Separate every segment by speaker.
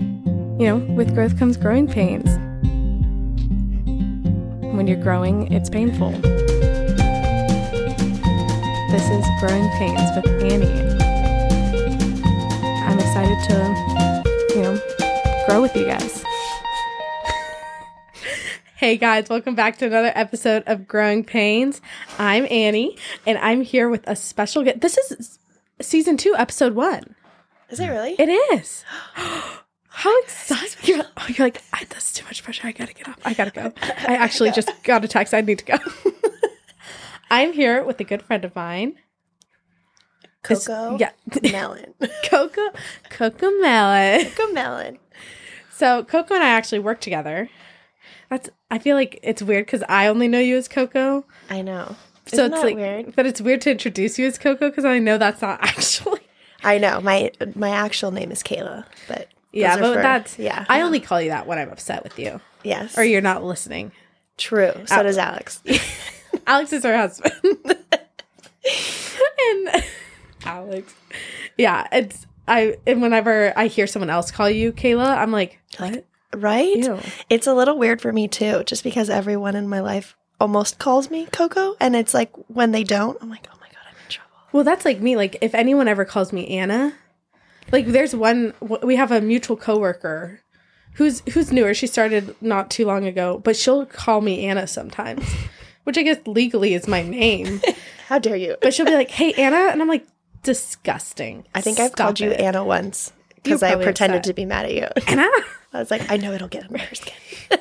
Speaker 1: You know, with growth comes growing pains. When you're growing, it's painful. This is Growing Pains with Annie. I'm excited to, you know, grow with you guys.
Speaker 2: Hey guys, welcome back to another episode of Growing Pains. I'm Annie, and I'm here with a special guest. This is season two, episode one.
Speaker 3: Is it really?
Speaker 2: It is. How excited! You're, oh, you're like, I, that's too much pressure. I gotta get up. I gotta go. I actually just got a text. I need to go. I'm here with a good friend of mine. This-
Speaker 3: Coco
Speaker 2: yeah,
Speaker 3: melon.
Speaker 2: Coco, Coco Melon.
Speaker 3: Coco melon.
Speaker 2: So Coco and I actually work together. That's. I feel like it's weird because I only know you as Coco.
Speaker 3: I know.
Speaker 2: So
Speaker 3: Isn't
Speaker 2: it's
Speaker 3: that
Speaker 2: like,
Speaker 3: weird?
Speaker 2: but it's weird to introduce you as Coco because I know that's not actually.
Speaker 3: I know. My my actual name is Kayla, but
Speaker 2: Yeah,
Speaker 3: those are
Speaker 2: but
Speaker 3: for-
Speaker 2: that's
Speaker 3: yeah.
Speaker 2: I only call you that when I'm upset with you
Speaker 3: yes.
Speaker 2: or you're not listening.
Speaker 3: true? So
Speaker 2: Al-
Speaker 3: does Alex.
Speaker 2: Alex is her husband, and Alex, yeah, it's I. And whenever I hear someone else call you Kayla, I'm like, what?
Speaker 3: right?
Speaker 2: Ew.
Speaker 3: It's a little weird for me too, just because everyone in my life almost calls me Coco, and it's like when they don't, I'm like, oh my god, I'm in trouble.
Speaker 2: Well, that's like me. Like if anyone ever calls me Anna, like there's one w- we have a mutual coworker who's who's newer. She started not too long ago, but she'll call me Anna sometimes, which I guess legally is my name.
Speaker 3: How dare you?
Speaker 2: But she'll be like, "Hey, Anna," and I'm like, "Disgusting."
Speaker 3: I think I've
Speaker 2: Stop
Speaker 3: called you
Speaker 2: it."
Speaker 3: Anna once because
Speaker 2: You're
Speaker 3: I
Speaker 2: probably
Speaker 3: pretended
Speaker 2: upset.
Speaker 3: to be mad at you.
Speaker 2: Anna.
Speaker 3: I was like, I know it'll get under your skin.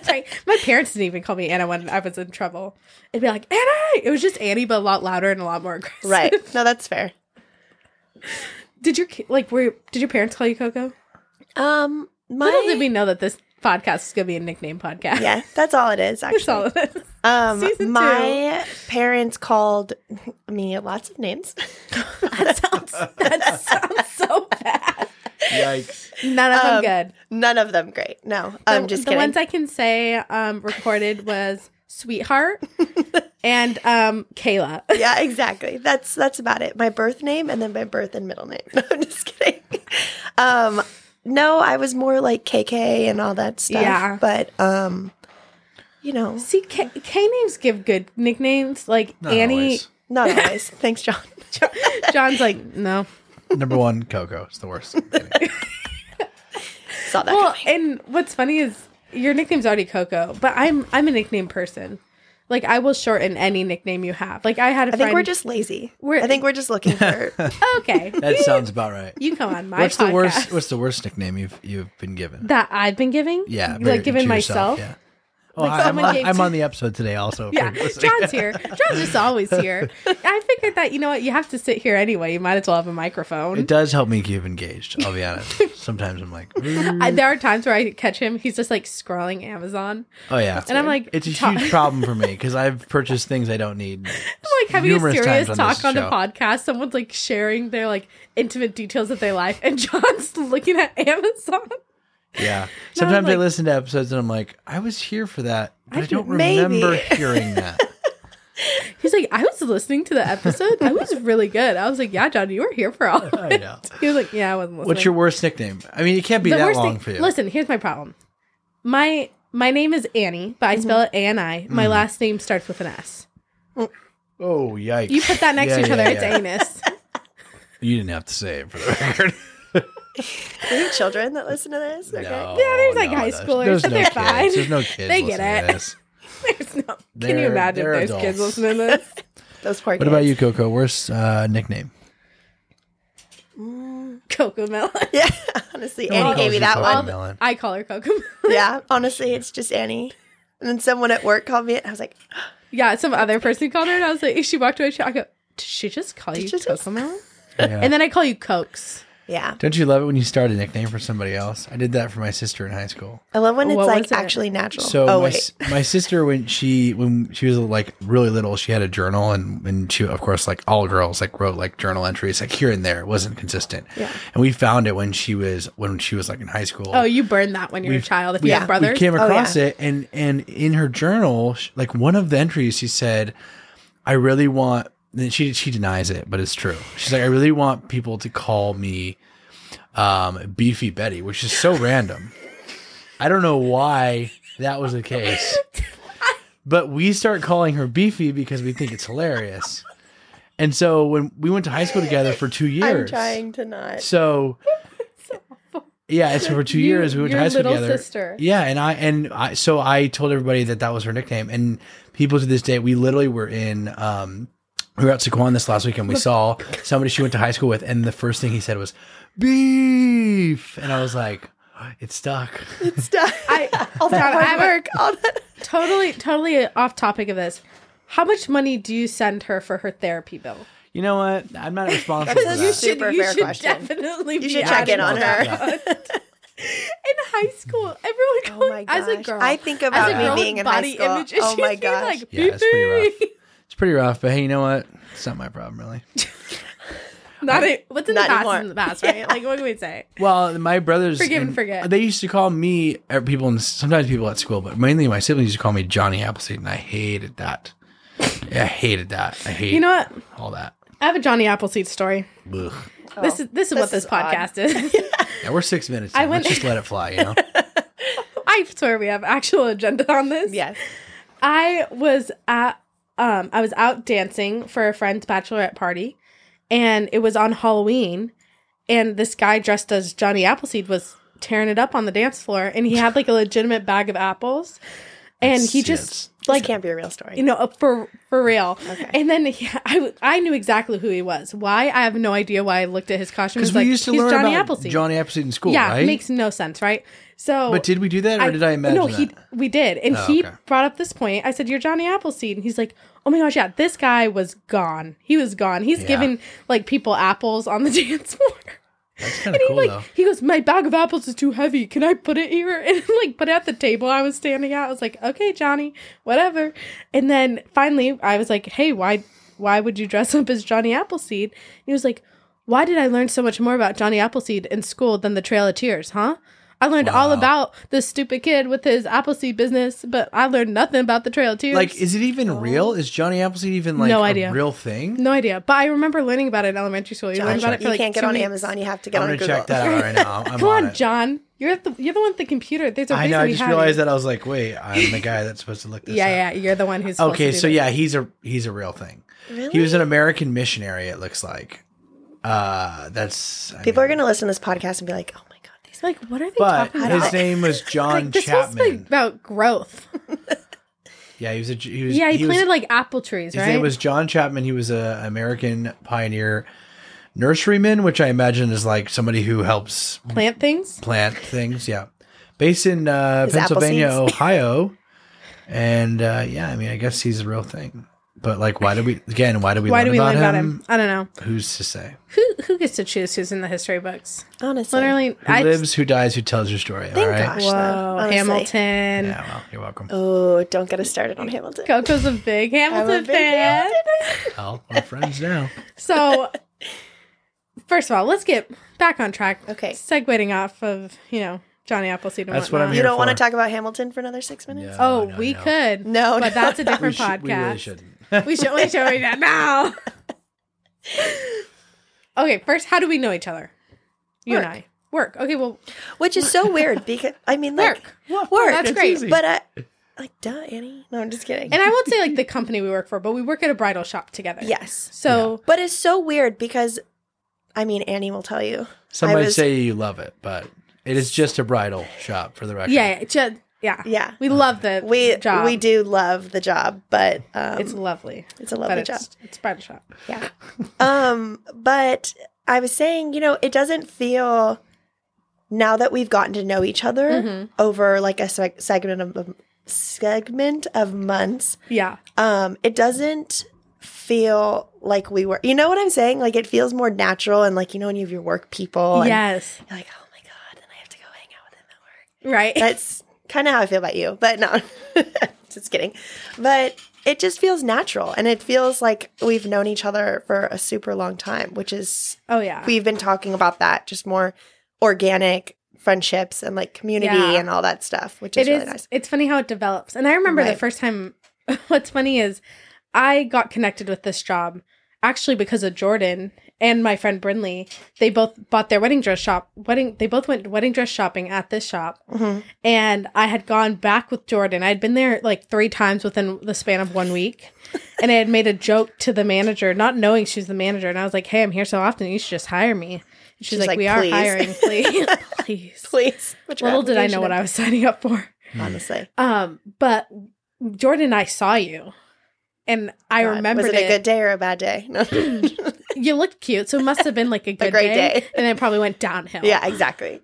Speaker 2: Right. My parents didn't even call me Anna when I was in trouble. It'd be like Anna. It was just Annie, but a lot louder and a lot more aggressive.
Speaker 3: right? No, that's fair.
Speaker 2: Did your ki- like were did your parents call you Coco?
Speaker 3: Um, my
Speaker 2: Little did we know that this podcast is gonna be a nickname podcast.
Speaker 3: yeah, that's all it is. Actually,
Speaker 2: That's all it is.
Speaker 3: Um,
Speaker 2: Season
Speaker 3: my parents called me lots of names.
Speaker 2: That sounds, that sounds so bad.
Speaker 4: Yikes.
Speaker 2: None of
Speaker 3: Um,
Speaker 2: them good.
Speaker 3: None of them great. No,
Speaker 2: The,
Speaker 3: I'm just
Speaker 2: the
Speaker 3: kidding.
Speaker 2: ones I can say um, recorded was Sweetheart and um, Kayla.
Speaker 3: yeah, exactly. That's that's about it. My birth name and then my birth and middle name. No, I'm just kidding. Um, no, I was more like KK and all that stuff.
Speaker 2: Yeah.
Speaker 3: but um, you know,
Speaker 2: See, K, K names give good nicknames. Like
Speaker 4: Not
Speaker 2: Annie,
Speaker 4: always.
Speaker 3: not always. Thanks, John.
Speaker 2: John's like, no.
Speaker 4: Number one, Coco. It's the worst. Kidding.
Speaker 3: Saw that.
Speaker 2: Well,
Speaker 3: coming.
Speaker 2: and what's funny is your nickname's already Coco, but I'm I'm a nickname person. Like I will shorten any nickname you have. Like I had a
Speaker 3: I think
Speaker 2: friend-
Speaker 3: we're just lazy.
Speaker 2: We're-
Speaker 3: I think we're just looking for.
Speaker 2: okay.
Speaker 4: That sounds about right.
Speaker 2: you can come on my
Speaker 4: What's the
Speaker 2: podcast.
Speaker 4: worst? What's the worst nickname you've you've been given?
Speaker 2: that I've been giving.
Speaker 4: Yeah, very-
Speaker 2: like giving
Speaker 4: to
Speaker 2: myself.
Speaker 4: yourself, Yeah. Oh, I, am
Speaker 2: someone
Speaker 4: on,
Speaker 2: gave
Speaker 4: I'm
Speaker 2: to-
Speaker 4: on the episode today, also. if
Speaker 2: Yeah,
Speaker 4: you're listening.
Speaker 2: John's here. John's just always here. I figured that you know what, you have to sit here anyway. You might as well have a microphone.
Speaker 4: It does help me keep engaged. I'll be honest. Sometimes I'm like, "Ooh."
Speaker 2: I, there are times where I catch him. He's just like scrolling Amazon.
Speaker 4: oh yeah,
Speaker 2: And I'm like,
Speaker 4: it's a
Speaker 2: ta-
Speaker 4: huge problem for me because I've purchased things I don't need.
Speaker 2: I'm like having a
Speaker 4: numerous
Speaker 2: serious
Speaker 4: times on
Speaker 2: talk
Speaker 4: this
Speaker 2: on the
Speaker 4: show.
Speaker 2: podcast. Someone's like sharing their like intimate details of their life, and John's looking at Amazon.
Speaker 4: Yeah. Sometimes
Speaker 2: like-
Speaker 4: I listen to episodes and I'm like, I was here for that, but I, don't
Speaker 3: maybe.
Speaker 4: remember hearing that.
Speaker 2: He's like, I was listening to the episode. That was really good. I was like, Yeah, John, you were here for all. Of
Speaker 4: I
Speaker 2: it.
Speaker 4: know.
Speaker 2: He was like, Yeah, I wasn't listening.
Speaker 4: What's your worst nickname? I mean, it can't be
Speaker 2: the
Speaker 4: that
Speaker 2: worst
Speaker 4: long
Speaker 2: thing,
Speaker 4: for you.
Speaker 2: Listen, here's my problem. My my name is Annie,
Speaker 4: Mm-hmm.
Speaker 2: but I spell it A N I. My last name starts with an S.
Speaker 4: Oh yikes!
Speaker 2: You put that next
Speaker 4: Yeah,
Speaker 2: to each
Speaker 4: yeah,
Speaker 2: other, it's
Speaker 4: yeah.
Speaker 2: anus.
Speaker 4: You didn't have to say it for the record.
Speaker 3: Any children that listen to this? Okay.
Speaker 4: No,
Speaker 2: Yeah, there's, like, high
Speaker 4: there's-
Speaker 2: schoolers,
Speaker 4: There's
Speaker 2: but
Speaker 4: no
Speaker 2: they're
Speaker 4: kids.
Speaker 2: fine.
Speaker 4: There's no kids.
Speaker 2: They get
Speaker 4: listening to
Speaker 2: it.
Speaker 4: this.
Speaker 2: There's no. Can you
Speaker 4: They're-
Speaker 2: imagine
Speaker 4: they're
Speaker 2: if those kids
Speaker 4: adults.
Speaker 2: listening to this?
Speaker 3: Those poor.
Speaker 4: What about you, Coco? Worst uh, nickname?
Speaker 2: Coco Melon.
Speaker 3: Yeah, honestly,
Speaker 4: one
Speaker 3: Annie
Speaker 4: calls
Speaker 3: gave me
Speaker 4: you
Speaker 3: that
Speaker 4: Coco.
Speaker 3: one.
Speaker 2: All the-
Speaker 4: Melon.
Speaker 2: I call her Coco. Melon.
Speaker 3: yeah, honestly, it's just Annie. And then someone at work called me, and I was like,
Speaker 2: Yeah, some other person called her, and I was like, she walked away. She, I go, did she just call you
Speaker 3: she just-
Speaker 2: Coco Melon?
Speaker 4: Yeah.
Speaker 2: And then I call you Cokes.
Speaker 3: "Yeah."
Speaker 4: Don't you love it when you start a nickname for somebody else? I did that for my sister in high school.
Speaker 3: I love when it's
Speaker 2: What was
Speaker 3: like
Speaker 2: it?
Speaker 3: actually natural.
Speaker 4: So
Speaker 3: oh
Speaker 4: my,
Speaker 3: wait,
Speaker 4: s- my sister when she when she was like really little, she had a journal and and she of course like all girls like wrote like journal entries like here and there. It wasn't consistent. Yeah. And we found it when she was when she was like in high school.
Speaker 2: Oh, you burned that when you were a child. If you
Speaker 4: we-
Speaker 2: have brothers,
Speaker 4: We came
Speaker 3: yeah.
Speaker 4: across it, and and in her journal, sh like one of the entries, she said, "I really want." And she she denies it, but it's true. She's like, "I really want people to call me um, Beefy Betty," which is so random. I don't know why that was the case. But we start calling her Beefy because we think it's hilarious. And so when we went to high school together for two
Speaker 3: I'm
Speaker 4: years.
Speaker 3: trying to not.
Speaker 4: So Yeah, it's for two
Speaker 2: You-
Speaker 4: years we went to
Speaker 2: your
Speaker 4: high school
Speaker 2: little
Speaker 4: together.
Speaker 2: sister.
Speaker 4: Yeah, and I and I so I told everybody that that was her nickname, and people to this day we literally were in um we were at Sequan this last week and we saw somebody she went to high school with, and the first thing he said was beef, and I was like, it stuck.
Speaker 3: Stop.
Speaker 2: I
Speaker 3: all that
Speaker 2: Donna, I have
Speaker 3: hard
Speaker 2: a-
Speaker 3: work. All that.
Speaker 2: totally, totally off topic of this. How much money do you send her for her therapy bill?
Speaker 4: You know what? I'm not responsible for
Speaker 3: That's
Speaker 4: that.
Speaker 3: a super
Speaker 2: you
Speaker 3: fair
Speaker 2: should
Speaker 3: question.
Speaker 2: definitely
Speaker 3: You
Speaker 2: be
Speaker 3: should check in on
Speaker 2: asking
Speaker 3: her.
Speaker 2: about that. in high school, everyone
Speaker 3: Oh
Speaker 2: called
Speaker 3: my gosh.
Speaker 2: as a girl.
Speaker 3: I think
Speaker 2: as
Speaker 3: about
Speaker 2: a
Speaker 3: me
Speaker 2: girl
Speaker 3: being
Speaker 2: with
Speaker 3: in high
Speaker 2: body
Speaker 3: school.
Speaker 2: image
Speaker 3: oh
Speaker 2: issues,
Speaker 3: my
Speaker 2: being
Speaker 3: gosh.
Speaker 2: like,
Speaker 4: Yeah, it's pretty rough.
Speaker 2: "Beep,
Speaker 4: It's pretty rough, but hey, you know what? It's not my problem really.
Speaker 2: Not a, what's in the
Speaker 3: Not
Speaker 2: past
Speaker 3: anymore.
Speaker 2: is in the past, right? Like what can we say?
Speaker 4: Well, my brothers
Speaker 2: Forgive and forget.
Speaker 4: They used to call me er, people, and sometimes people at school, but mainly my siblings used to call me Johnny Appleseed, and I hated that. I hated that. I hate
Speaker 2: You know what?
Speaker 4: all that.
Speaker 2: I have a Johnny Appleseed story.
Speaker 4: Ugh.
Speaker 2: this is this is what
Speaker 3: Oh, this
Speaker 2: this
Speaker 3: is odd.
Speaker 2: podcast is.
Speaker 4: Yeah, we're six minutes.
Speaker 2: I
Speaker 4: in. Let's
Speaker 2: went-
Speaker 4: just let it fly. You know,
Speaker 2: I swear we have actual agenda on this.
Speaker 3: Yes.
Speaker 2: I was at um I was out dancing for a friend's bachelorette party and it was on Halloween and this guy dressed as Johnny Appleseed was tearing it up on the dance floor and he had like a legitimate bag of apples and he just
Speaker 3: Like,
Speaker 2: like
Speaker 3: this can't be a real story.
Speaker 2: you know uh, for for real
Speaker 3: Okay.
Speaker 2: and then he, I, w- I knew exactly who he was why i have no idea why i looked at his costume
Speaker 4: because
Speaker 2: It's
Speaker 4: we
Speaker 2: like,
Speaker 4: used to
Speaker 2: he's
Speaker 4: learn
Speaker 2: johnny
Speaker 4: about
Speaker 2: appleseed
Speaker 4: Johnny Appleseed in school,
Speaker 2: yeah
Speaker 4: right?
Speaker 2: makes no sense right so
Speaker 4: but did we do that, or did I imagine
Speaker 2: no
Speaker 4: that? Oh,
Speaker 2: he we did and he
Speaker 4: okay.
Speaker 2: brought up this point i said you're johnny appleseed and he's like oh my gosh yeah this guy was gone he was gone he's
Speaker 4: Yeah.
Speaker 2: giving like people apples on the dance floor
Speaker 4: That's kind of
Speaker 2: he
Speaker 4: cool
Speaker 2: like
Speaker 4: though.
Speaker 2: he goes, my bag of apples is too heavy. Can I put it here? And like put it at the table I was standing at. I was like, okay, Johnny, whatever. And then finally, I was like, hey, why why would you dress up as Johnny Appleseed? And he was like, why did I learn so much more about Johnny Appleseed in school than the Trail of Tears? Huh? I learned all about this stupid kid with his Appleseed business, but I learned nothing about the Trail of Tears.
Speaker 4: Like, is it even real? Is Johnny Appleseed even like
Speaker 2: No
Speaker 4: a
Speaker 2: idea.
Speaker 4: real thing?
Speaker 2: no idea, but I remember learning about it in elementary school. You learn about it for
Speaker 3: you
Speaker 2: like
Speaker 3: can't get
Speaker 2: two
Speaker 3: on
Speaker 2: weeks.
Speaker 3: Amazon. You have to get on
Speaker 4: I'm gonna
Speaker 3: Google.
Speaker 4: check that out right now. I'm
Speaker 2: Come on,
Speaker 4: it.
Speaker 2: John. You're at the you're the one with the computer. There's a
Speaker 4: I
Speaker 2: reason
Speaker 4: know. I
Speaker 2: we
Speaker 4: just
Speaker 2: have
Speaker 4: realized
Speaker 2: you.
Speaker 4: that I was like, wait, I'm the guy that's supposed to look this up.
Speaker 2: Yeah, yeah, you're the one who's supposed
Speaker 4: Okay,
Speaker 2: to do
Speaker 4: so
Speaker 2: that.
Speaker 4: yeah, he's a he's a real thing. He was an American missionary. It looks like. Uh, that's I
Speaker 3: People are
Speaker 4: mean-
Speaker 3: gonna listen to this podcast and be like, "Oh my god, these."
Speaker 2: It's like what are they
Speaker 4: But
Speaker 2: talking about?
Speaker 4: his name was John
Speaker 2: like, this was
Speaker 4: Chapman.
Speaker 2: like about growth.
Speaker 4: yeah, he was a he was
Speaker 2: Yeah, he,
Speaker 4: was,
Speaker 2: planted like apple trees,
Speaker 4: his
Speaker 2: right?
Speaker 4: name was John Chapman. He was a American pioneer nurseryman, which I imagine is like somebody who helps
Speaker 2: plant things.
Speaker 4: plant things. Yeah, based in uh,
Speaker 3: His apple
Speaker 4: Pennsylvania,
Speaker 3: seeds.
Speaker 4: Ohio, and uh, yeah, I mean, I guess he's a real thing. But like, why do we again? Why do we?
Speaker 2: Why
Speaker 4: learn
Speaker 2: do we learn
Speaker 4: about him?
Speaker 2: about him? I don't know.
Speaker 4: Who's to say?
Speaker 2: Who who gets to choose who's in the history books?
Speaker 3: Honestly,
Speaker 2: Literally,
Speaker 4: Who
Speaker 2: I
Speaker 4: lives? Who dies? Who tells your story? all
Speaker 3: Thank
Speaker 4: right.
Speaker 3: gosh,
Speaker 2: Whoa,
Speaker 3: though, honestly.
Speaker 2: Hamilton.
Speaker 4: Yeah, well, you're welcome.
Speaker 3: Oh, don't get us started on Hamilton.
Speaker 2: Coco's a big Hamilton
Speaker 3: big
Speaker 2: fan.
Speaker 4: Well, we're friends now.
Speaker 2: So, first of all, let's get back on track.
Speaker 3: Okay.
Speaker 2: segueing off of you know Johnny Appleseed. And
Speaker 4: That's what I'm
Speaker 2: whatnot.
Speaker 4: here
Speaker 3: You don't want to
Speaker 4: for.
Speaker 3: talk about Hamilton for another six minutes?
Speaker 2: Oh,
Speaker 4: no,
Speaker 2: we
Speaker 4: no.
Speaker 2: could.
Speaker 3: No,
Speaker 2: but
Speaker 3: no,
Speaker 2: that's a
Speaker 3: no.
Speaker 4: We,
Speaker 2: different
Speaker 4: should, we really
Speaker 2: podcast.
Speaker 4: shouldn't.
Speaker 2: We should we should read that now. okay, first, how do we know each other? You and
Speaker 3: Work.
Speaker 2: I work. Okay, well,
Speaker 3: Which is so weird because I mean, like,
Speaker 2: Work.
Speaker 3: work,
Speaker 2: that's great.
Speaker 4: easy.
Speaker 3: But I, like, duh, Annie. No, I'm just kidding.
Speaker 2: and I won't say like the company we work for, but we work at a bridal shop together.
Speaker 3: yes,
Speaker 2: So
Speaker 3: but it's so weird because, I mean, Annie will tell you.
Speaker 4: Some
Speaker 3: I
Speaker 4: might
Speaker 3: was-
Speaker 4: say you love it, but it is just a bridal shop for the record.
Speaker 2: yeah, yeah, ju- yeah,
Speaker 3: Yeah,
Speaker 2: we love the
Speaker 3: we
Speaker 2: job.
Speaker 3: we do love the job, but um,
Speaker 2: It's
Speaker 3: it's
Speaker 2: lovely.
Speaker 3: it's a
Speaker 2: but
Speaker 3: lovely job.
Speaker 2: it's, it's bridal shop.
Speaker 3: Yeah. um, but I was saying, you know, it doesn't feel now that we've gotten to know each other
Speaker 2: Mm-hmm.
Speaker 3: over like a seg- segment of- of segment of months.
Speaker 2: Yeah,
Speaker 3: Um, it doesn't feel like we were. You know what I'm saying? Like it feels more natural and like you know when you have your work
Speaker 4: Oh,
Speaker 3: people. and
Speaker 2: yes,
Speaker 3: You're like, oh my god, then I have to go hang out with them at work.
Speaker 2: right.
Speaker 3: That's kind of how I feel about you, but no, just kidding. But it just feels natural, and it feels like we've known each other for a super long time, which is
Speaker 2: oh yeah,
Speaker 3: we've been talking about that just more organic friendships and like community
Speaker 2: Yeah.
Speaker 3: and all that stuff, which is
Speaker 2: It is.
Speaker 3: really nice.
Speaker 2: It's funny how it develops. And I remember the
Speaker 3: Right.
Speaker 2: first time. What's funny is I got connected with this job actually because of Jordan and my friend Brinley, they both bought their wedding dress shop wedding. They both went wedding dress shopping at this shop,
Speaker 3: Mhm.
Speaker 2: and I had gone back with Jordan. I had been there like three times within the span of one week, and I had made a joke to the manager, not knowing she was the manager, and I was like, "Hey, I'm here so often, you should just hire me." She's,
Speaker 3: She's
Speaker 2: like,
Speaker 3: like,
Speaker 2: "We
Speaker 3: "Please."
Speaker 2: are hiring, please, please."
Speaker 3: Please. Put your
Speaker 2: Little did I know
Speaker 3: application
Speaker 2: what I was signing up for.
Speaker 3: in, Honestly.
Speaker 2: Um, but Jordan and I saw you, and I
Speaker 3: God,
Speaker 2: remembered
Speaker 3: Was it, a good day or a bad day? No.
Speaker 2: you looked cute, so it must have been like a good
Speaker 3: great
Speaker 2: day,
Speaker 3: day.
Speaker 2: And it probably went downhill.
Speaker 3: yeah, exactly.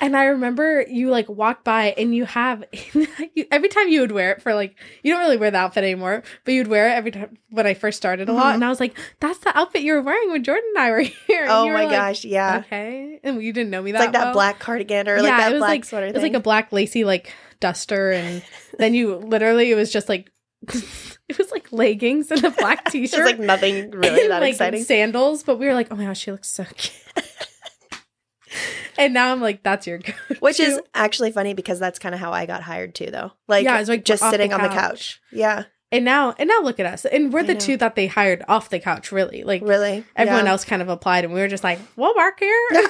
Speaker 2: And I remember you like walked by, and you have you, every time you would wear it for like you don't really wear the outfit anymore, but you'd wear it every time when I first started a
Speaker 3: Mm-hmm.
Speaker 2: lot, and I was like, "That's the outfit you were wearing when Jordan and I were here." And
Speaker 3: Oh
Speaker 2: you were
Speaker 3: my
Speaker 2: like,
Speaker 3: gosh, yeah.
Speaker 2: Okay, and you didn't know me that
Speaker 3: It's like that
Speaker 2: well.
Speaker 3: black cardigan or like that black sweater
Speaker 2: it
Speaker 3: thing.
Speaker 2: was like a black lacy like duster, and then you literally it was just like it was like leggings and a black t
Speaker 3: It's
Speaker 2: shirt,
Speaker 3: like nothing really
Speaker 2: and,
Speaker 3: that
Speaker 2: like
Speaker 3: exciting.
Speaker 2: sandals, but we were like, oh my gosh, she looks so cute. and now I'm like, that's your go.
Speaker 3: Which is actually funny because that's kind of how I got hired too, though. Like,
Speaker 2: Yeah, it's like
Speaker 3: just
Speaker 2: off the
Speaker 3: sitting on the
Speaker 2: couch.
Speaker 3: couch. Yeah,
Speaker 2: And now, and now look at us, and we're
Speaker 3: I
Speaker 2: the
Speaker 3: know.
Speaker 2: two that they hired off the couch. Really, like
Speaker 3: really.
Speaker 2: everyone
Speaker 3: Yeah.
Speaker 2: else kind of applied, and we were just like, we'll work here.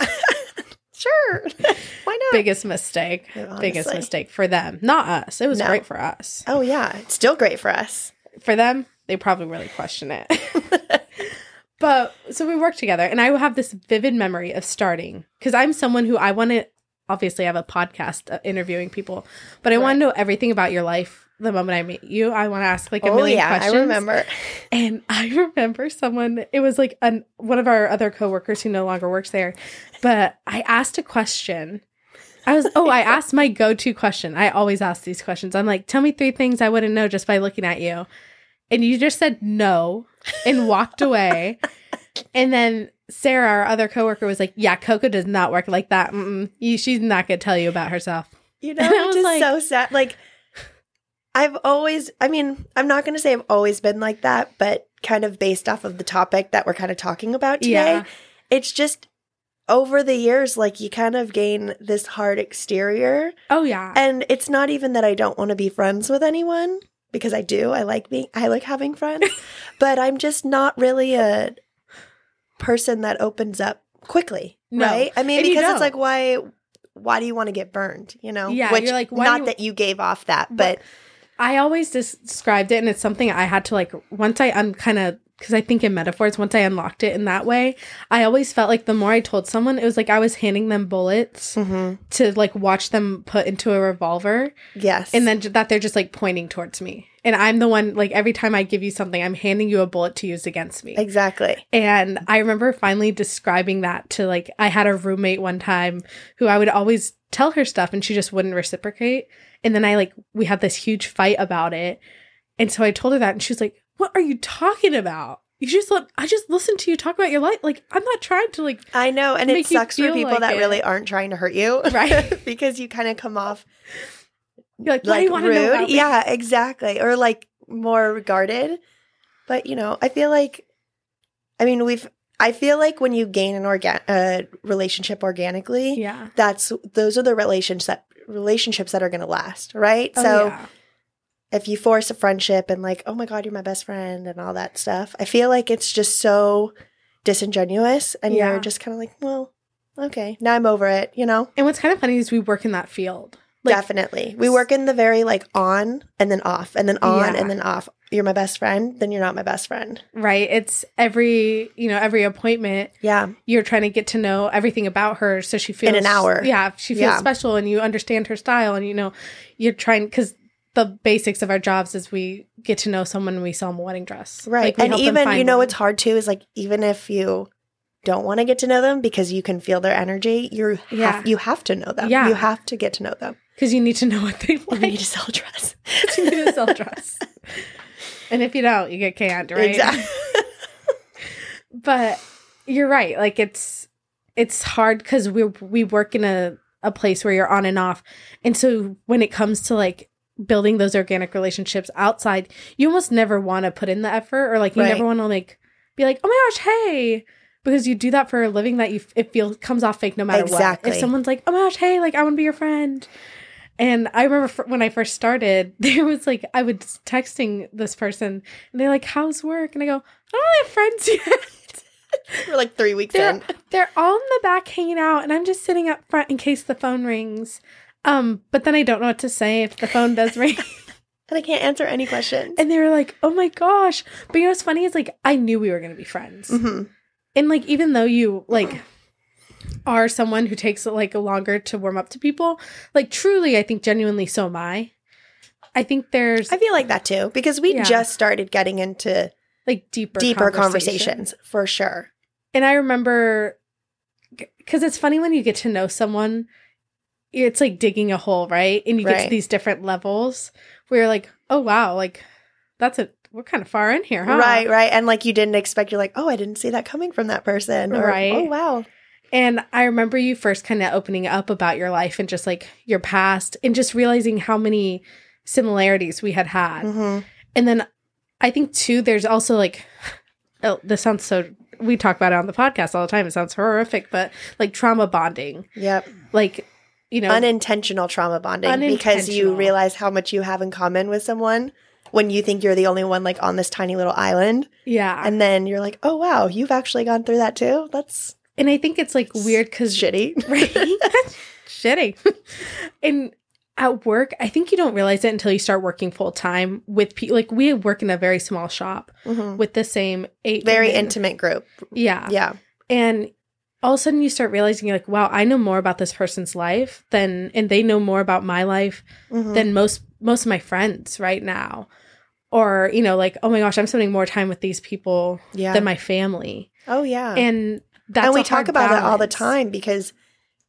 Speaker 3: Sure. Why not?
Speaker 2: Biggest mistake.
Speaker 3: Yeah,
Speaker 2: Biggest
Speaker 3: honestly.
Speaker 2: mistake for them, not us. It was
Speaker 3: No.
Speaker 2: great for us.
Speaker 3: Oh yeah, it's still great for us.
Speaker 2: For them, they probably really question it. but so we worked together, and I have this vivid memory of starting because I'm someone who I want to obviously I have a podcast uh, interviewing people, but I want to know everything about your life the moment I meet you. I want to ask like a
Speaker 3: oh
Speaker 2: million
Speaker 3: yeah,
Speaker 2: questions.
Speaker 3: I remember.
Speaker 2: And I remember someone, it was like an, one of our other coworkers who no longer works there, but I asked a question. I was, oh, I asked my go to question. I always ask these questions. I'm like, tell me three things I wouldn't know just by looking at you. And you just said no and walked away. and then Sarah, our other coworker, was like, yeah, Coco does not work like that. Mm-mm. You- She's not going to tell you about herself.
Speaker 3: You know,
Speaker 2: And I
Speaker 3: it's
Speaker 2: was
Speaker 3: just
Speaker 2: like-
Speaker 3: so sad. Like, I've always. I mean, I'm not going to say I've always been like that, but kind of based off of the topic that we're kind of talking about today,
Speaker 2: Yeah.
Speaker 3: it's just over the years, like you kind of gain this hard exterior.
Speaker 2: Oh, yeah.
Speaker 3: And it's not even that I don't want to be friends with anyone because I do. I like being I like having friends, but I'm just not really a person that opens up quickly,
Speaker 2: No.
Speaker 3: right? I mean,
Speaker 2: And you
Speaker 3: because it's
Speaker 2: don't.
Speaker 3: like why why do you want to get burned, you know?
Speaker 2: Yeah,
Speaker 3: Which
Speaker 2: you're like, why do
Speaker 3: not
Speaker 2: you-
Speaker 3: that you gave off that, but
Speaker 2: I always des- described it, and it's something I had to like once I un- kind of because I think in metaphors. Once I unlocked it in that way, I always felt like the more I told someone, it was like I was handing them bullets
Speaker 3: Mhm.
Speaker 2: to like watch them put into a revolver,
Speaker 3: yes.
Speaker 2: and then j- that they're just like pointing towards me, and I'm the one like every time I give you something, I'm handing you a bullet to use against me.
Speaker 3: exactly.
Speaker 2: And I remember finally describing that to like, I had a roommate one time who I would always tell her stuff and she just wouldn't reciprocate. And then I like, we had this huge fight about it. And so I told her that and she was like, What are you talking about? You just let, I just listened to you talk about your life. Like, I'm not trying to like,
Speaker 3: I know, and it
Speaker 2: Make you
Speaker 3: sucks for
Speaker 2: feel
Speaker 3: people
Speaker 2: like
Speaker 3: that
Speaker 2: it.
Speaker 3: really aren't trying to hurt you,
Speaker 2: Right.
Speaker 3: because you kind of come off
Speaker 2: you're like, Why do
Speaker 3: like
Speaker 2: you want to know?
Speaker 3: rude.
Speaker 2: About me?"
Speaker 3: Yeah, exactly. Or like more regarded. But you know, I feel like I mean, we've I feel like when you gain an organ uh, relationship organically,
Speaker 2: Yeah.
Speaker 3: that's those are the relationships that relationships that are going to last, right?
Speaker 2: Oh,
Speaker 3: so
Speaker 2: yeah.
Speaker 3: if you force a friendship and like, "Oh my god, you're my best friend" and all that stuff, I feel like it's just so disingenuous and
Speaker 2: Yeah.
Speaker 3: you're just kind of like, "Well, okay, now I'm over it," you know?
Speaker 2: and what's kind of funny is we work in that field. Like,
Speaker 3: Definitely. We work in the very like on and then off and then on
Speaker 2: Yeah.
Speaker 3: and then off. You're my best friend, then you're not my best friend.
Speaker 2: right? It's every, you know, every appointment
Speaker 3: Yeah.
Speaker 2: you're trying to get to know everything about her so she feels
Speaker 3: an hour.
Speaker 2: yeah she feels
Speaker 3: Yeah.
Speaker 2: special and you understand her style and you know you're trying because the basics of our jobs is we get to know someone we sell them a wedding dress
Speaker 3: Right.
Speaker 2: Like, we
Speaker 3: and
Speaker 2: help them
Speaker 3: even,
Speaker 2: find
Speaker 3: you know,
Speaker 2: one.
Speaker 3: what's hard too is like, even if you don't want to get to know them because you can feel their energy, you
Speaker 2: Yeah.
Speaker 3: have, you have to know them.
Speaker 2: Yeah.
Speaker 3: You have to get to know them.
Speaker 2: because you need to know what they
Speaker 3: You need
Speaker 2: like
Speaker 3: to sell a dress.
Speaker 2: you need to sell dress and if you don't you get canned right
Speaker 3: Exactly.
Speaker 2: but you're right like it's it's hard because we we work in a a place where you're on and off and so when it comes to like building those organic relationships outside you almost never want to put in the effort or like you
Speaker 3: Right.
Speaker 2: never want to like be like oh my gosh hey because you do that for a living that you it feels comes off fake no matter
Speaker 3: Exactly.
Speaker 2: what if someone's like oh my gosh hey like i want to be your friend and I remember fr- when I first started, there was like I was texting this person, and they're like, "How's work?" And I go, "I don't really have friends yet."
Speaker 3: We're like three weeks
Speaker 2: They're,
Speaker 3: in.
Speaker 2: they're all in the back hanging out, and I'm just sitting up front in case the phone rings. Um, but then I don't know what to say if the phone does ring.
Speaker 3: And I can't answer any questions.
Speaker 2: and they were like, "Oh my gosh!" But you know what's funny is like I knew we were gonna be friends,
Speaker 3: Mhm.
Speaker 2: and like even though you like are someone who takes like longer to warm up to people, like truly, I think genuinely, so am I. I think there's
Speaker 3: I feel like that too, because we
Speaker 2: Yeah.
Speaker 3: just started getting into
Speaker 2: like deeper
Speaker 3: deeper
Speaker 2: conversation.
Speaker 3: conversations for sure.
Speaker 2: and I remember because it's funny when you get to know someone, it's like digging a hole, right? And you get to
Speaker 3: Right.
Speaker 2: these different levels where you're like, oh wow, like that's a we're kind of far in here, huh?
Speaker 3: Right, right. And like you didn't expect, you're like, oh, I didn't see that coming from that person. Or,
Speaker 2: Right.
Speaker 3: Oh, wow.
Speaker 2: And I remember you first kind of opening up about your life and just like your past and just realizing how many similarities we had had.
Speaker 3: hmm
Speaker 2: And then I think too, there's also like, oh, this sounds so. We talk about it on the podcast all the time. It sounds horrific, but like trauma bonding,
Speaker 3: Yep.
Speaker 2: like you know,
Speaker 3: Unintentional trauma bonding because you
Speaker 2: Unintentional.
Speaker 3: realize how much you have in common with someone when you think you're the only one like on this tiny little island.
Speaker 2: yeah. And,
Speaker 3: And then you're like, oh, wow, you've actually gone through that too. That's
Speaker 2: I think it's like weird because
Speaker 3: shitty.
Speaker 2: shitty, and at work, I think you don't realize it until you start working full time with people. Like we work in a very small shop
Speaker 3: Mhm.
Speaker 2: with the same eight
Speaker 3: Very
Speaker 2: women.
Speaker 3: intimate group.
Speaker 2: yeah,
Speaker 3: Yeah.
Speaker 2: and all of a sudden you start realizing you're like, wow, I know more about this person's life than, and they know more about my life
Speaker 3: Mhm.
Speaker 2: than most most of my friends right now or you know like oh my gosh i'm spending more time with these people
Speaker 3: yeah.
Speaker 2: than my family
Speaker 3: oh, yeah.
Speaker 2: and that's
Speaker 3: and we
Speaker 2: a
Speaker 3: talk
Speaker 2: hard
Speaker 3: about it all the
Speaker 2: balance.
Speaker 3: time because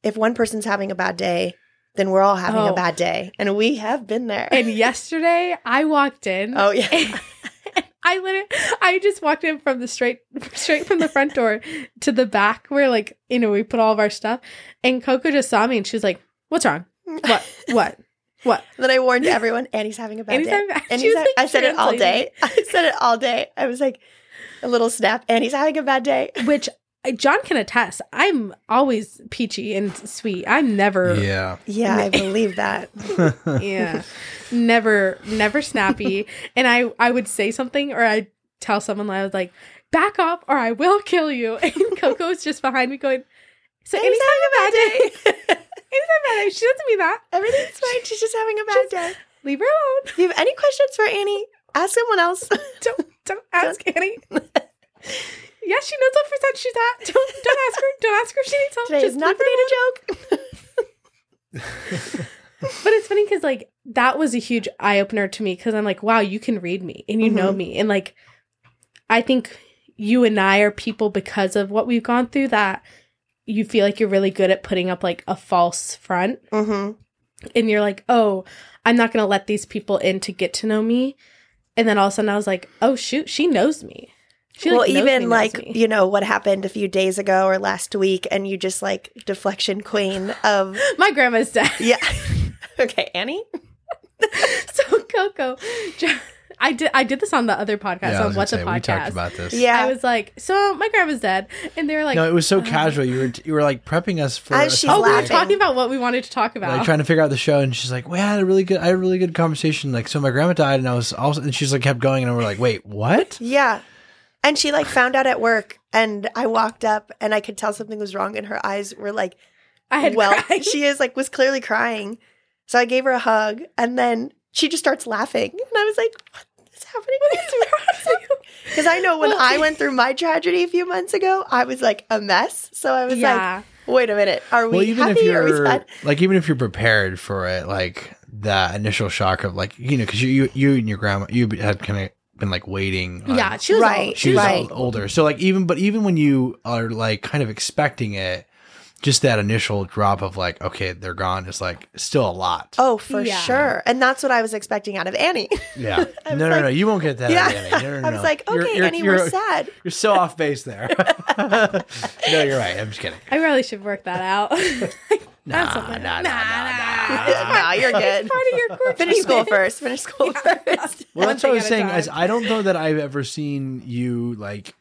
Speaker 3: if one person's having a bad day, then we're all having
Speaker 2: Oh.
Speaker 3: a bad day. And we have been there.
Speaker 2: and yesterday i walked in
Speaker 3: oh, yeah.
Speaker 2: and, i literally i just walked in from the straight straight from the front door to the back where like you know we put all of our stuff and coco just saw me and she was like what's wrong what what what
Speaker 3: Then I warned everyone, Annie's having a bad day.
Speaker 2: Anytime- she
Speaker 3: Annie's
Speaker 2: was,
Speaker 3: ha-
Speaker 2: like,
Speaker 3: I said it all
Speaker 2: translating.
Speaker 3: day. I said it all day. I was like a little snap. Annie's having a bad day.
Speaker 2: which uh, John can attest. I'm always peachy and sweet. I'm never, yeah,
Speaker 4: Yeah.
Speaker 3: Yeah, I believe that.
Speaker 2: never, never snappy. and I, I would say something, or I tell someone, I was like, "Back off, or I will kill you." And Coco's just behind me, going, "So anytime
Speaker 3: Annie's
Speaker 2: a bad day,
Speaker 3: having a bad day.
Speaker 2: anytime a bad day, she doesn't mean that.
Speaker 3: Everything's fine. She's just having a bad
Speaker 2: Just-
Speaker 3: day.
Speaker 2: Leave her alone.
Speaker 3: If you have any questions for Annie, ask someone else.
Speaker 2: Don't, don't ask Annie." Yeah, she knows what percent she's at. Don't don't ask her. Don't ask her if she needs help.
Speaker 3: Today is
Speaker 2: Just
Speaker 3: not
Speaker 2: leave
Speaker 3: the
Speaker 2: her
Speaker 3: day to joke.
Speaker 2: But it's funny because like that was a huge eye opener to me because I'm like, wow, you can read me and you know
Speaker 3: Mm-hmm.
Speaker 2: me. And like I think you and I are people because of what we've gone through that you feel like you're really good at putting up like a false front
Speaker 3: Mm-hmm.
Speaker 2: and you're like, oh, I'm not gonna let these people in to get to know me. And then all of a sudden I was like, oh shoot, she knows me. She
Speaker 3: well,
Speaker 2: like, knows me,
Speaker 3: even
Speaker 2: knows
Speaker 3: like
Speaker 2: me.
Speaker 3: you know what happened a few days ago or last week, and you just like deflection queen of
Speaker 2: my grandma's dead.
Speaker 3: yeah. okay, Annie.
Speaker 2: so Coco, I did I did this on the other podcast
Speaker 4: yeah I
Speaker 2: on
Speaker 4: was gonna
Speaker 2: What's a
Speaker 4: say,
Speaker 2: Podcast.
Speaker 4: we talked about this.
Speaker 3: Yeah,
Speaker 2: I was like, so my grandma's dead, and they were like, uh,
Speaker 4: No, it was so casual. You were you were like prepping us for.
Speaker 3: As she's
Speaker 2: oh, we were
Speaker 3: laughing.
Speaker 2: talking about what we wanted to talk about.
Speaker 4: like trying to figure out the show, and she's like, "We had a really good, I had a really good conversation." Like, so my grandma died, and I was also, and she's like, kept going, and we're like, "Wait, what?"
Speaker 3: Yeah. And she like found out at work and I walked up and I could tell something was wrong and her eyes were like
Speaker 2: I had
Speaker 3: well
Speaker 2: cried.
Speaker 3: she is like was clearly crying. So I gave her a hug and then she just starts laughing and I was like what is happening because I know when
Speaker 2: Well-
Speaker 3: I went through my tragedy a few months ago, I was like a mess. So I was
Speaker 2: yeah,
Speaker 3: like, "Wait a minute, are we
Speaker 4: well, even if
Speaker 3: happy? Are we
Speaker 4: you're
Speaker 3: sad?"
Speaker 4: like, even if you're prepared for it, like that initial shock of like, you know, because you, you you and your grandma, you had kind of been like waiting. on-
Speaker 2: yeah, she was
Speaker 3: Right.
Speaker 2: old.
Speaker 4: she was
Speaker 3: Right.
Speaker 4: old- older. So like even but even when you are like kind of expecting it, just that initial drop of like, okay, they're gone is like still a lot.
Speaker 3: Oh, for
Speaker 2: Yeah.
Speaker 3: sure. And that's what I was expecting out of Annie.
Speaker 4: yeah.
Speaker 3: I
Speaker 4: No,
Speaker 3: was
Speaker 4: no,
Speaker 3: like-
Speaker 4: no. You won't get that.
Speaker 3: yeah.
Speaker 4: out of Annie. No, no,
Speaker 3: I was
Speaker 4: no.
Speaker 3: like, okay,
Speaker 4: You're- you're-
Speaker 3: Annie,
Speaker 4: you're-
Speaker 3: we're sad.
Speaker 4: You're so off base there. no, you're right. I'm just kidding.
Speaker 2: I really should work that out.
Speaker 4: Nah,
Speaker 2: That's something.
Speaker 4: nah, nah, nah,
Speaker 2: nah,
Speaker 4: nah.
Speaker 3: nah, you're good.
Speaker 2: It's part of your curriculum.
Speaker 3: Finish school first. Finish school first.
Speaker 2: One
Speaker 4: Well, that's what
Speaker 2: thing
Speaker 4: I
Speaker 2: at
Speaker 4: was
Speaker 2: a
Speaker 4: saying.
Speaker 2: time.
Speaker 4: Is I don't know that I've ever seen you like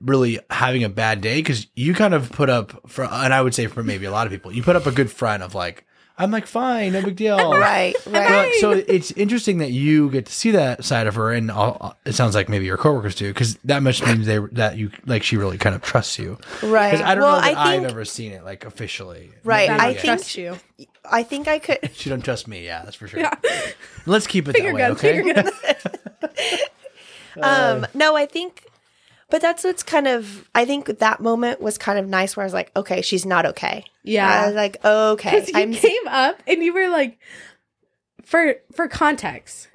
Speaker 4: really having a bad day because you kind of put up for, and I would say for maybe a lot of people, you put up a good front of like, I'm like, fine, no big deal.
Speaker 3: Right, right.
Speaker 4: But, so it's interesting that you get to see that side of her, and all, it sounds like maybe your coworkers do, because that much means they that you like she really kind of trusts you.
Speaker 3: Right.
Speaker 4: 'Cause I don't
Speaker 3: Well,
Speaker 4: know that
Speaker 3: I
Speaker 4: I've
Speaker 3: think-
Speaker 4: ever seen it like officially.
Speaker 3: Right,
Speaker 4: Maybe
Speaker 2: I,
Speaker 3: I
Speaker 4: get-
Speaker 3: think-
Speaker 2: trust you.
Speaker 3: I think I could.
Speaker 4: she don't trust me. Yeah, that's for sure. Let's keep it
Speaker 2: Finger
Speaker 4: that way,
Speaker 2: guns,
Speaker 4: okay?
Speaker 2: finger guns.
Speaker 3: Um, no, I think, but that's what's kind of. I think that moment was kind of nice, where I was like, okay, she's not okay.
Speaker 2: Yeah.
Speaker 3: I was like, okay,
Speaker 2: Because you
Speaker 3: I'm.
Speaker 2: came up and you were like, for for context,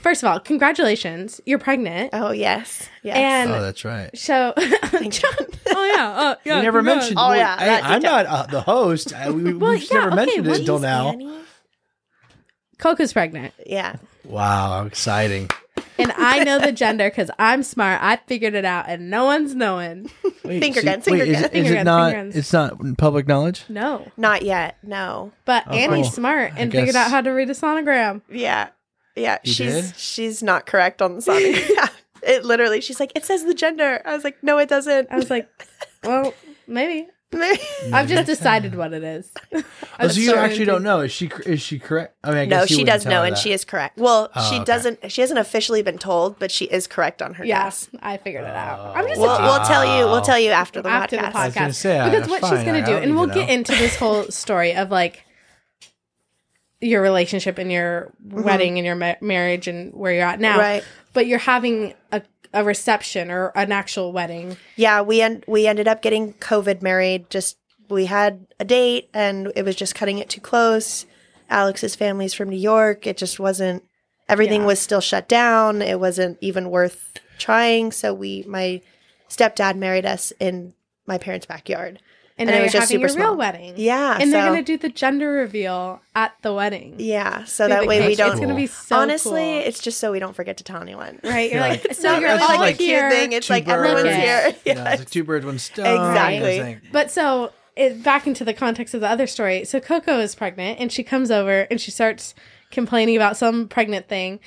Speaker 2: first of all, congratulations, you're pregnant.
Speaker 3: Oh yes, yes.
Speaker 2: And
Speaker 4: Oh, that's right.
Speaker 2: so,
Speaker 3: Thank you.
Speaker 2: oh yeah, oh, yeah,
Speaker 4: You never
Speaker 2: congrats.
Speaker 4: mentioned.
Speaker 3: Oh,
Speaker 4: well,
Speaker 3: yeah, that
Speaker 4: I, I'm not uh, the host. I, we,
Speaker 2: Well,
Speaker 4: have
Speaker 2: yeah,
Speaker 4: never
Speaker 2: okay,
Speaker 4: mentioned
Speaker 2: well,
Speaker 4: it until
Speaker 3: Jeez,
Speaker 4: now.
Speaker 3: Annie.
Speaker 2: Coco's pregnant,
Speaker 3: Yeah.
Speaker 4: Wow, exciting!
Speaker 2: and I know the gender because I'm smart. I figured it out, and no one's knowing.
Speaker 4: Wait,
Speaker 3: Finger
Speaker 4: so-
Speaker 3: guns, finger
Speaker 4: wait, is,
Speaker 3: guns,
Speaker 4: it- is
Speaker 2: finger
Speaker 4: it
Speaker 2: guns,
Speaker 4: not?
Speaker 2: finger guns.
Speaker 4: It's not public knowledge.
Speaker 2: No,
Speaker 3: Not yet. No.
Speaker 2: but
Speaker 4: Oh,
Speaker 2: Annie's
Speaker 4: cool.
Speaker 2: smart
Speaker 4: I
Speaker 2: and figured
Speaker 4: guess-
Speaker 2: out how to read a sonogram.
Speaker 3: Yeah. Yeah.
Speaker 4: You
Speaker 3: she's
Speaker 4: did?
Speaker 3: she's not correct on the sonic. yeah. It literally. She's like, it says the gender. I was like, no, it doesn't.
Speaker 2: I was like, well, maybe I've just decided what it is.
Speaker 4: Oh, so you
Speaker 2: Sorry.
Speaker 4: actually don't know? Is she? cor- Is she correct? I mean, I guess
Speaker 3: no,
Speaker 4: you
Speaker 3: she
Speaker 4: wouldn't
Speaker 3: does
Speaker 4: tell
Speaker 3: know,
Speaker 4: her
Speaker 3: and
Speaker 4: that.
Speaker 3: she is correct. Well,
Speaker 4: Oh,
Speaker 3: she
Speaker 4: okay.
Speaker 3: doesn't. She hasn't officially been told, but she is correct on her guess.
Speaker 2: Yes, I figured it out. I'm just a
Speaker 3: We'll,
Speaker 4: Wow.
Speaker 3: we'll tell you. We'll tell you after the
Speaker 2: after
Speaker 3: podcast.
Speaker 2: the
Speaker 4: I was
Speaker 2: podcast
Speaker 4: gonna say, I-
Speaker 2: because what
Speaker 4: fine,
Speaker 2: she's going
Speaker 4: I
Speaker 2: to do,
Speaker 4: don't
Speaker 2: and we'll
Speaker 4: need to
Speaker 2: get
Speaker 4: know.
Speaker 2: into this whole story of like your relationship and your
Speaker 4: Mm-hmm.
Speaker 2: wedding and your ma- marriage and where you're at now.
Speaker 3: Right.
Speaker 2: But you're having a, a reception or an actual wedding.
Speaker 3: Yeah, we en- we ended up getting COVID married. Just we had a date, and it was just cutting it too close. Alex's family's from New York. It just wasn't. Everything
Speaker 2: Yeah.
Speaker 3: was still shut down. It wasn't even worth trying. So we, my stepdad married us in my parents' backyard.
Speaker 2: And,
Speaker 3: And
Speaker 2: now
Speaker 3: it
Speaker 2: you're
Speaker 3: was just
Speaker 2: having your
Speaker 3: super
Speaker 2: real
Speaker 3: small.
Speaker 2: wedding.
Speaker 3: Yeah,
Speaker 2: And they're
Speaker 3: so-
Speaker 2: going to do the gender reveal at the wedding.
Speaker 3: Yeah, so
Speaker 2: Through
Speaker 3: that
Speaker 2: the
Speaker 3: way we
Speaker 2: cake.
Speaker 3: don't.
Speaker 2: It's going to be so
Speaker 3: honestly,
Speaker 2: cool.
Speaker 3: it's just so we don't forget to tell anyone.
Speaker 2: Right, you're
Speaker 4: Yeah.
Speaker 2: like, so you're
Speaker 4: It's
Speaker 2: all
Speaker 4: like
Speaker 2: here.
Speaker 3: thing. It's
Speaker 4: Two
Speaker 3: like everyone's
Speaker 4: birds,
Speaker 3: here.
Speaker 4: you know,
Speaker 3: Yeah.
Speaker 4: it's like two birds, one stone. kind of
Speaker 3: Exactly.
Speaker 4: thing.
Speaker 2: But so it, back into the context of the other story. So Coco is pregnant and she comes over and she starts complaining about some pregnant thing.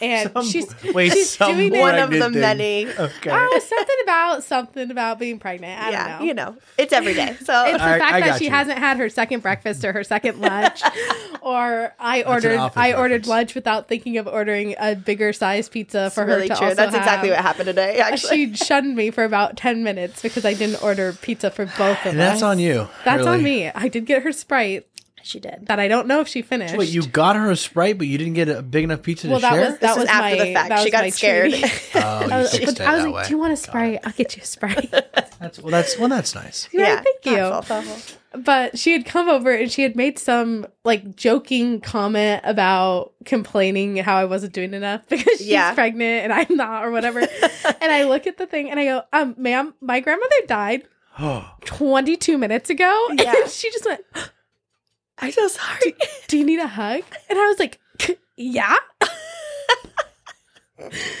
Speaker 2: And
Speaker 4: Some-
Speaker 2: she's
Speaker 4: wait,
Speaker 2: she's
Speaker 4: some
Speaker 2: doing
Speaker 3: One
Speaker 2: it.
Speaker 3: of the
Speaker 4: Pregnant thing.
Speaker 3: many.
Speaker 4: Okay.
Speaker 2: Oh, something about something about being pregnant. I
Speaker 3: yeah,
Speaker 2: don't know.
Speaker 3: you know, it's every day.
Speaker 2: It's
Speaker 3: So
Speaker 2: the
Speaker 4: I-
Speaker 2: fact
Speaker 4: I
Speaker 2: that
Speaker 4: got
Speaker 2: she
Speaker 4: you.
Speaker 2: hasn't had her second breakfast or her second lunch, or I
Speaker 4: an
Speaker 2: ordered
Speaker 4: office
Speaker 2: I ordered
Speaker 4: reference.
Speaker 2: lunch without thinking of ordering a bigger size pizza for
Speaker 3: it's
Speaker 2: her
Speaker 3: really
Speaker 2: to
Speaker 3: true.
Speaker 2: also
Speaker 3: That's exactly
Speaker 2: have.
Speaker 3: what happened today. Actually,
Speaker 2: She shunned me for about ten minutes because I didn't order pizza for both of
Speaker 4: And that's
Speaker 2: us.
Speaker 4: on you.
Speaker 2: That's on
Speaker 4: really.
Speaker 2: me. I did get her Sprite
Speaker 3: She did.
Speaker 2: that I don't know if she finished.
Speaker 4: Wait, you got her a sprite, but you didn't get a big enough pizza
Speaker 2: well,
Speaker 4: to
Speaker 2: that
Speaker 4: share.
Speaker 2: was that
Speaker 3: This
Speaker 2: was
Speaker 3: is after
Speaker 2: my,
Speaker 3: the fact.
Speaker 2: That was
Speaker 3: She got
Speaker 2: my
Speaker 3: scared.
Speaker 2: treat.
Speaker 4: oh,
Speaker 2: I
Speaker 4: you
Speaker 2: was,
Speaker 4: fixed it
Speaker 2: I was
Speaker 4: that
Speaker 2: like,
Speaker 4: way.
Speaker 2: "Do you want a Sprite? I'll get you a Sprite."
Speaker 4: That's well. That's well. That's nice.
Speaker 2: You're like, "Thank you."
Speaker 3: Thoughtful, thoughtful.
Speaker 2: but she had come over and she had made some like joking comment about complaining how I wasn't doing enough because she's
Speaker 3: Yeah.
Speaker 2: pregnant and I'm not or whatever. and I look at the thing and I go, um, ma'am, my grandmother died 22 minutes ago.
Speaker 3: Yeah.
Speaker 2: And she just went,
Speaker 3: I'm so sorry.
Speaker 2: Do you need a hug? And I was like, Yeah.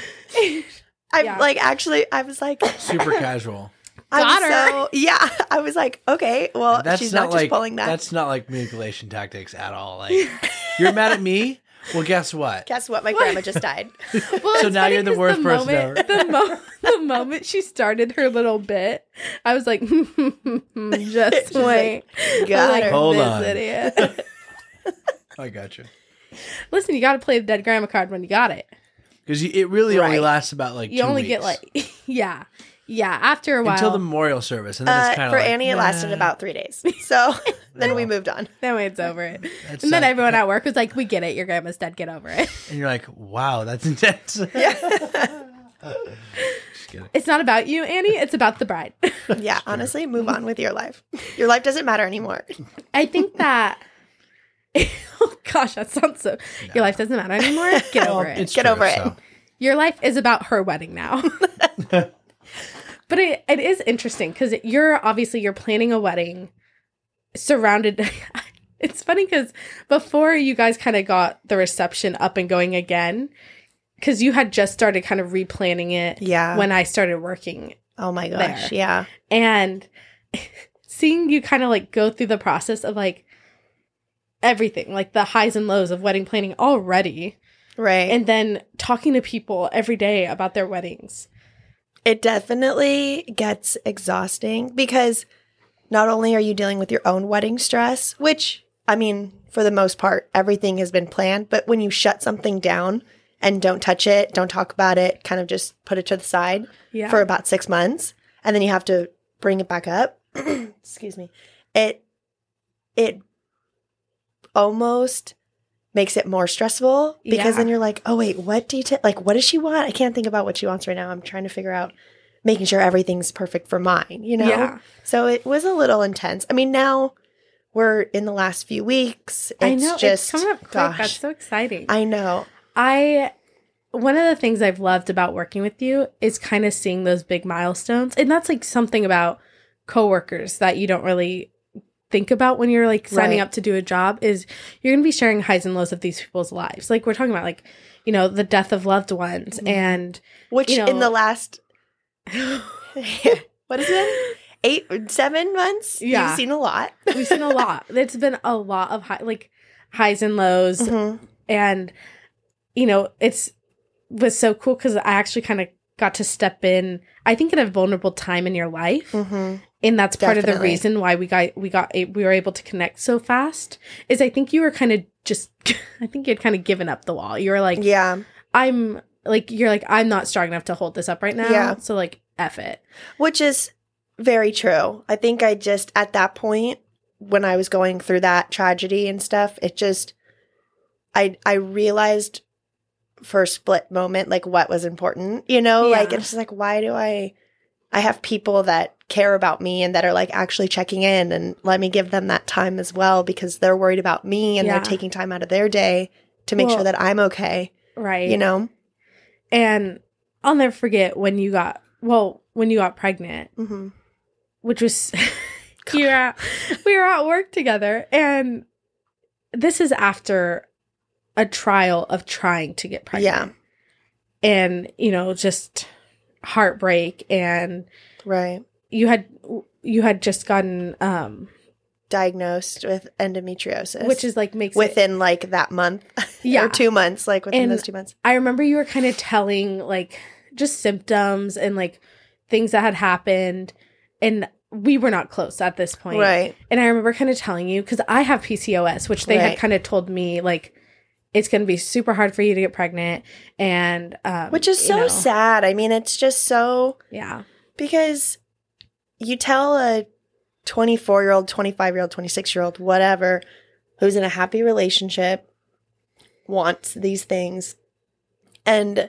Speaker 3: I'm
Speaker 2: Yeah.
Speaker 3: like, actually, I was like,
Speaker 4: Super casual.
Speaker 3: I'm
Speaker 2: Got her.
Speaker 3: so yeah. I was like, okay, well,
Speaker 4: that's
Speaker 3: Oh, she's
Speaker 4: not,
Speaker 3: not, just
Speaker 4: like
Speaker 3: pulling that.
Speaker 4: that's not like manipulation tactics at all. Like you're mad at me. Well, guess what?
Speaker 3: Guess what? My grandma just died.
Speaker 2: Well,
Speaker 4: So
Speaker 2: it's
Speaker 4: now
Speaker 2: funny
Speaker 4: you're the
Speaker 2: 'cause
Speaker 4: worst person
Speaker 2: moment, The, mo- the moment she started her little bit, I was like, "Hmm, Just
Speaker 3: She's
Speaker 2: wait.
Speaker 3: like, got
Speaker 2: like,
Speaker 3: her.
Speaker 4: Hold
Speaker 2: this
Speaker 4: on.
Speaker 2: idiot.
Speaker 4: I got you.
Speaker 2: Listen, you got to play the dead grandma card when you got it.
Speaker 4: Because it really only
Speaker 3: Right.
Speaker 4: lasts about like
Speaker 2: You
Speaker 4: two
Speaker 2: only
Speaker 4: weeks.
Speaker 2: get like, yeah, yeah. After a while,
Speaker 4: until the memorial service, and then
Speaker 3: Uh,
Speaker 4: it's kind of
Speaker 3: for
Speaker 4: like,
Speaker 3: Annie, it lasted
Speaker 4: nah,
Speaker 3: about three days. So then we moved on.
Speaker 2: then it's over it.
Speaker 4: that's
Speaker 2: And then
Speaker 4: not-
Speaker 2: everyone at work was like, "We get it. Your grandma's dead. Get over it."
Speaker 4: and you're like, wow, that's intense.
Speaker 2: It's not about you, Annie. It's about the bride.
Speaker 3: Yeah, honestly, move on with your life. Your life doesn't matter anymore.
Speaker 2: I think that. oh gosh, that sounds so. Your life doesn't matter anymore. Get over it.
Speaker 4: It's
Speaker 3: Get over it.
Speaker 4: so.
Speaker 2: Your life is about her wedding now. but it, it is interesting because you're obviously you're planning a wedding surrounded it's funny because before you guys kind of got the reception up and going again because you had just started kind of replanning it
Speaker 3: Yeah.
Speaker 2: when i started working
Speaker 3: Oh my gosh.
Speaker 2: There.
Speaker 3: Yeah.
Speaker 2: and seeing you kind of like go through the process of like everything like the highs and lows of wedding planning already
Speaker 3: Right.
Speaker 2: and then talking to people every day about their weddings
Speaker 3: It definitely gets exhausting because not only are you dealing with your own wedding stress, which I mean, for the most part, everything has been planned. But when you shut something down and don't touch it, don't talk about it, kind of just put it to the side
Speaker 2: Yeah.
Speaker 3: for about six months, and then you have to bring it back up. Excuse me. It it almost makes it more stressful because
Speaker 2: Yeah.
Speaker 3: then you're like, oh wait, what detail? Like, what does she want? I can't think about what she wants right now. I'm trying to figure out making sure everything's perfect for mine. You know.
Speaker 2: Yeah.
Speaker 3: So it was a little intense. I mean, now we're in the last few weeks. It's
Speaker 2: I know it's
Speaker 3: just
Speaker 2: coming up quick.
Speaker 3: gosh.
Speaker 2: That's so exciting.
Speaker 3: I know.
Speaker 2: I one of the things I've loved about working with you is kind of seeing those big milestones. And that's like something about coworkers that you don't really think about when you're like signing
Speaker 3: Right.
Speaker 2: up to do a job is you're going to be sharing highs and lows of these people's lives. Like we're talking about like, you know, the death of loved ones
Speaker 3: Mm-hmm.
Speaker 2: and
Speaker 3: Which
Speaker 2: You
Speaker 3: in
Speaker 2: know-
Speaker 3: the last what is it? Eight seven months?
Speaker 2: Yeah.
Speaker 3: You've seen a lot.
Speaker 2: we've seen a lot. It's been a lot of high like highs and lows
Speaker 3: Mhm.
Speaker 2: and you know it's was so cool because i actually kind of got to step in i think at a vulnerable time in your life
Speaker 3: Mhm.
Speaker 2: and that's part of the
Speaker 3: Definitely.
Speaker 2: reason why we got we got a- we were able to connect so fast is i think you were kind of just i think you'd kind of given up the wall you were like
Speaker 3: Yeah.
Speaker 2: i'm like you're like i'm not strong enough to hold this up right now
Speaker 3: Yeah.
Speaker 2: so like f it
Speaker 3: Which is very true. I think I just at that point when I was going through that tragedy and stuff, it just I I realized for a split moment like what was important, you know?
Speaker 2: Yeah.
Speaker 3: Like it's just like why do I I have people that care about me and that are like actually checking in and let me give them that time as well because they're worried about me and
Speaker 2: Yeah.
Speaker 3: they're taking time out of their day to make
Speaker 2: Well,
Speaker 3: sure that I'm okay,
Speaker 2: right
Speaker 3: you know?
Speaker 2: and i'll never forget when you got well when you got pregnant
Speaker 3: hmm
Speaker 2: which was you were at, we were at work together and this is after a trial of trying to get pregnant yeah and you know just heartbreak and
Speaker 3: Right.
Speaker 2: you had you had just gotten um
Speaker 3: Diagnosed with endometriosis.
Speaker 2: which is like makes it,
Speaker 3: within like that month
Speaker 2: Yeah.
Speaker 3: or two months like within
Speaker 2: And-
Speaker 3: those two months
Speaker 2: i remember you were kind of telling like just symptoms and like things that had happened and we were not close at this point
Speaker 3: right
Speaker 2: And I remember kind of telling you because I have PCOS, which they had
Speaker 3: Right.
Speaker 2: kind of told me like it's going to be super hard for you to get pregnant, and um,
Speaker 3: which is
Speaker 2: you
Speaker 3: so
Speaker 2: know,
Speaker 3: sad i mean it's just so
Speaker 2: Yeah,
Speaker 3: because you tell a 24 year old 25 year old 26 year old whatever who's in a happy relationship wants these things and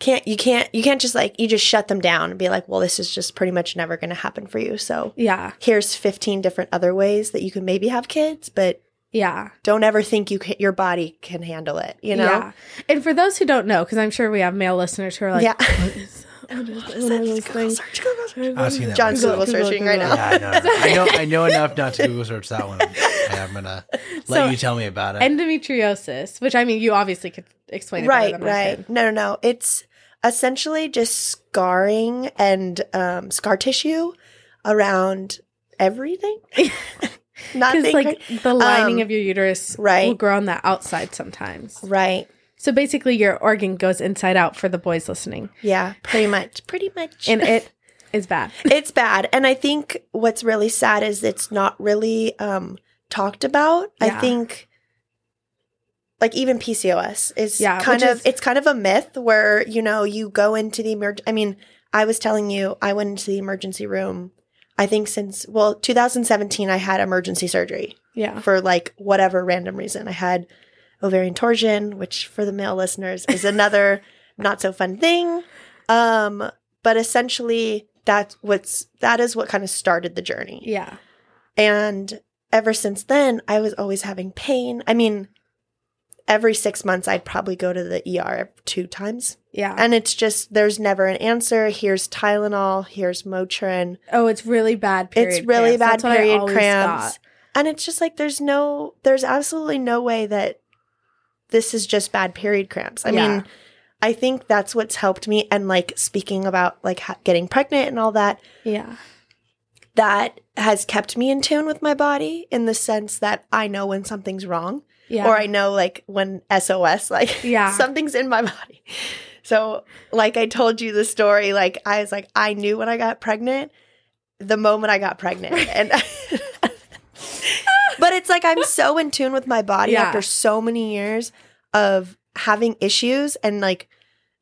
Speaker 3: can't you can't you can't just like you just shut them down and be like well this is just pretty much never going to happen for you so
Speaker 2: yeah,
Speaker 3: here's 15 different other ways that you can maybe have kids but
Speaker 2: yeah.
Speaker 3: don't ever think you can, your body can handle it. You know,
Speaker 2: yeah. And for those who don't know, because I'm sure we have male listeners who are like,
Speaker 3: Yeah.
Speaker 2: what is, what is, what are those things?
Speaker 4: I've seen that.
Speaker 3: John's
Speaker 4: one.
Speaker 3: Google searching right now.
Speaker 4: Yeah, I know. I know. I know enough not to Google search that one. And I'm gonna let
Speaker 2: So-
Speaker 4: you tell me about it.
Speaker 2: Endometriosis, which I mean, you obviously could explain it better
Speaker 3: right,
Speaker 2: than I
Speaker 3: right.
Speaker 2: could.
Speaker 3: No, no, no. It's essentially just scarring and um, scar tissue around everything. Nothing.
Speaker 2: Because
Speaker 3: right?
Speaker 2: like the lining
Speaker 3: Um,
Speaker 2: of your uterus
Speaker 3: right.
Speaker 2: will grow on the outside sometimes.
Speaker 3: right.
Speaker 2: So basically, your organ goes inside out for the boys listening.
Speaker 3: Yeah. Pretty much. Pretty much.
Speaker 2: and it is bad.
Speaker 3: it's bad and i think what's really sad is it's not really um talked about
Speaker 2: Yeah.
Speaker 3: i think like even pcos is
Speaker 2: Yeah,
Speaker 3: kind
Speaker 2: which
Speaker 3: of
Speaker 2: is-
Speaker 3: it's kind of a myth where you know you go into the emerg i mean i was telling you i went into the emergency room i think since well 2017 i had emergency surgery
Speaker 2: Yeah.
Speaker 3: for like whatever random reason. I had ovarian torsion, which for the male listeners is another not so fun thing. Um, but essentially that's what's that is what kind of started the journey.
Speaker 2: Yeah.
Speaker 3: And ever since then, I was always having pain. I mean, every six months I'd probably go to the ER two times.
Speaker 2: Yeah.
Speaker 3: And it's just there's never an answer. Here's Tylenol, here's Motrin.
Speaker 2: oh, it's really bad period.
Speaker 3: It's
Speaker 2: cramps.
Speaker 3: really bad
Speaker 2: That's what I
Speaker 3: period
Speaker 2: always
Speaker 3: cramps.
Speaker 2: thought.
Speaker 3: And it's just like there's no there's absolutely no way that this is just bad period cramps. I
Speaker 2: Yeah.
Speaker 3: mean, I think that's what's helped me and like speaking about like ha- getting pregnant and all that
Speaker 2: Yeah.
Speaker 3: that has kept me in tune with my body in the sense that I know when something's wrong
Speaker 2: Yeah.
Speaker 3: or I know like when SOS like
Speaker 2: Yeah.
Speaker 3: something's in my body. So like I told you the story like I was like I knew when I got pregnant the moment I got pregnant and but it's like I'm so in tune with my body
Speaker 2: Yeah.
Speaker 3: after so many years of having issues and like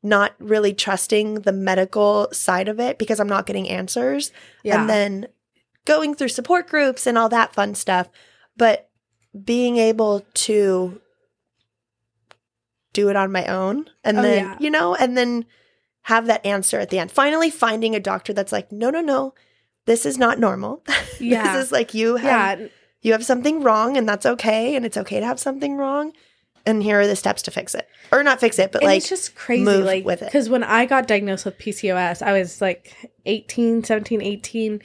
Speaker 3: not really trusting the medical side of it because I'm not getting answers.
Speaker 2: Yeah.
Speaker 3: And then going through support groups and all that fun stuff. But being able to do it on my own and
Speaker 2: Oh,
Speaker 3: then,
Speaker 2: yeah.
Speaker 3: you know, and then have that answer at the end. Finally finding a doctor that's like, no, no, no, this is not normal.
Speaker 2: Yeah.
Speaker 3: this is like you have
Speaker 2: yeah. and-
Speaker 3: you have something wrong and that's okay and it's okay to have something wrong and here are the steps to fix it or not fix it but
Speaker 2: and
Speaker 3: like
Speaker 2: it's just crazy
Speaker 3: move
Speaker 2: like
Speaker 3: with it.
Speaker 2: because when i got diagnosed with pcos i was like 18 17 18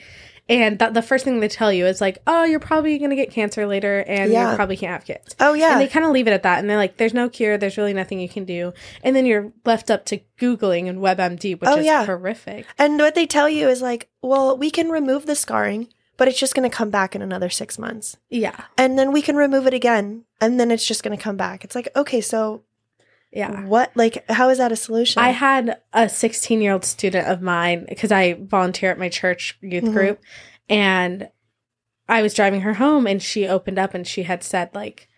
Speaker 2: and th- the first thing they tell you is like oh you're probably going to get cancer later and
Speaker 3: Yeah.
Speaker 2: you probably can't have kids
Speaker 3: oh yeah
Speaker 2: and they kind of leave it at that and they're like there's no cure there's really nothing you can do and then you're left up to googling and webmd which
Speaker 3: Oh,
Speaker 2: is
Speaker 3: yeah.
Speaker 2: horrific
Speaker 3: and what they tell you is like well we can remove the scarring but it's just going to come back in another six months
Speaker 2: yeah
Speaker 3: and then we can remove it again and then it's just going to come back it's like okay so
Speaker 2: yeah
Speaker 3: what like how is that a solution
Speaker 2: I had a 16 year old student of mine because I volunteer at my church youth
Speaker 3: Mhm.
Speaker 2: group, and I was driving her home, and she opened up and she had said like,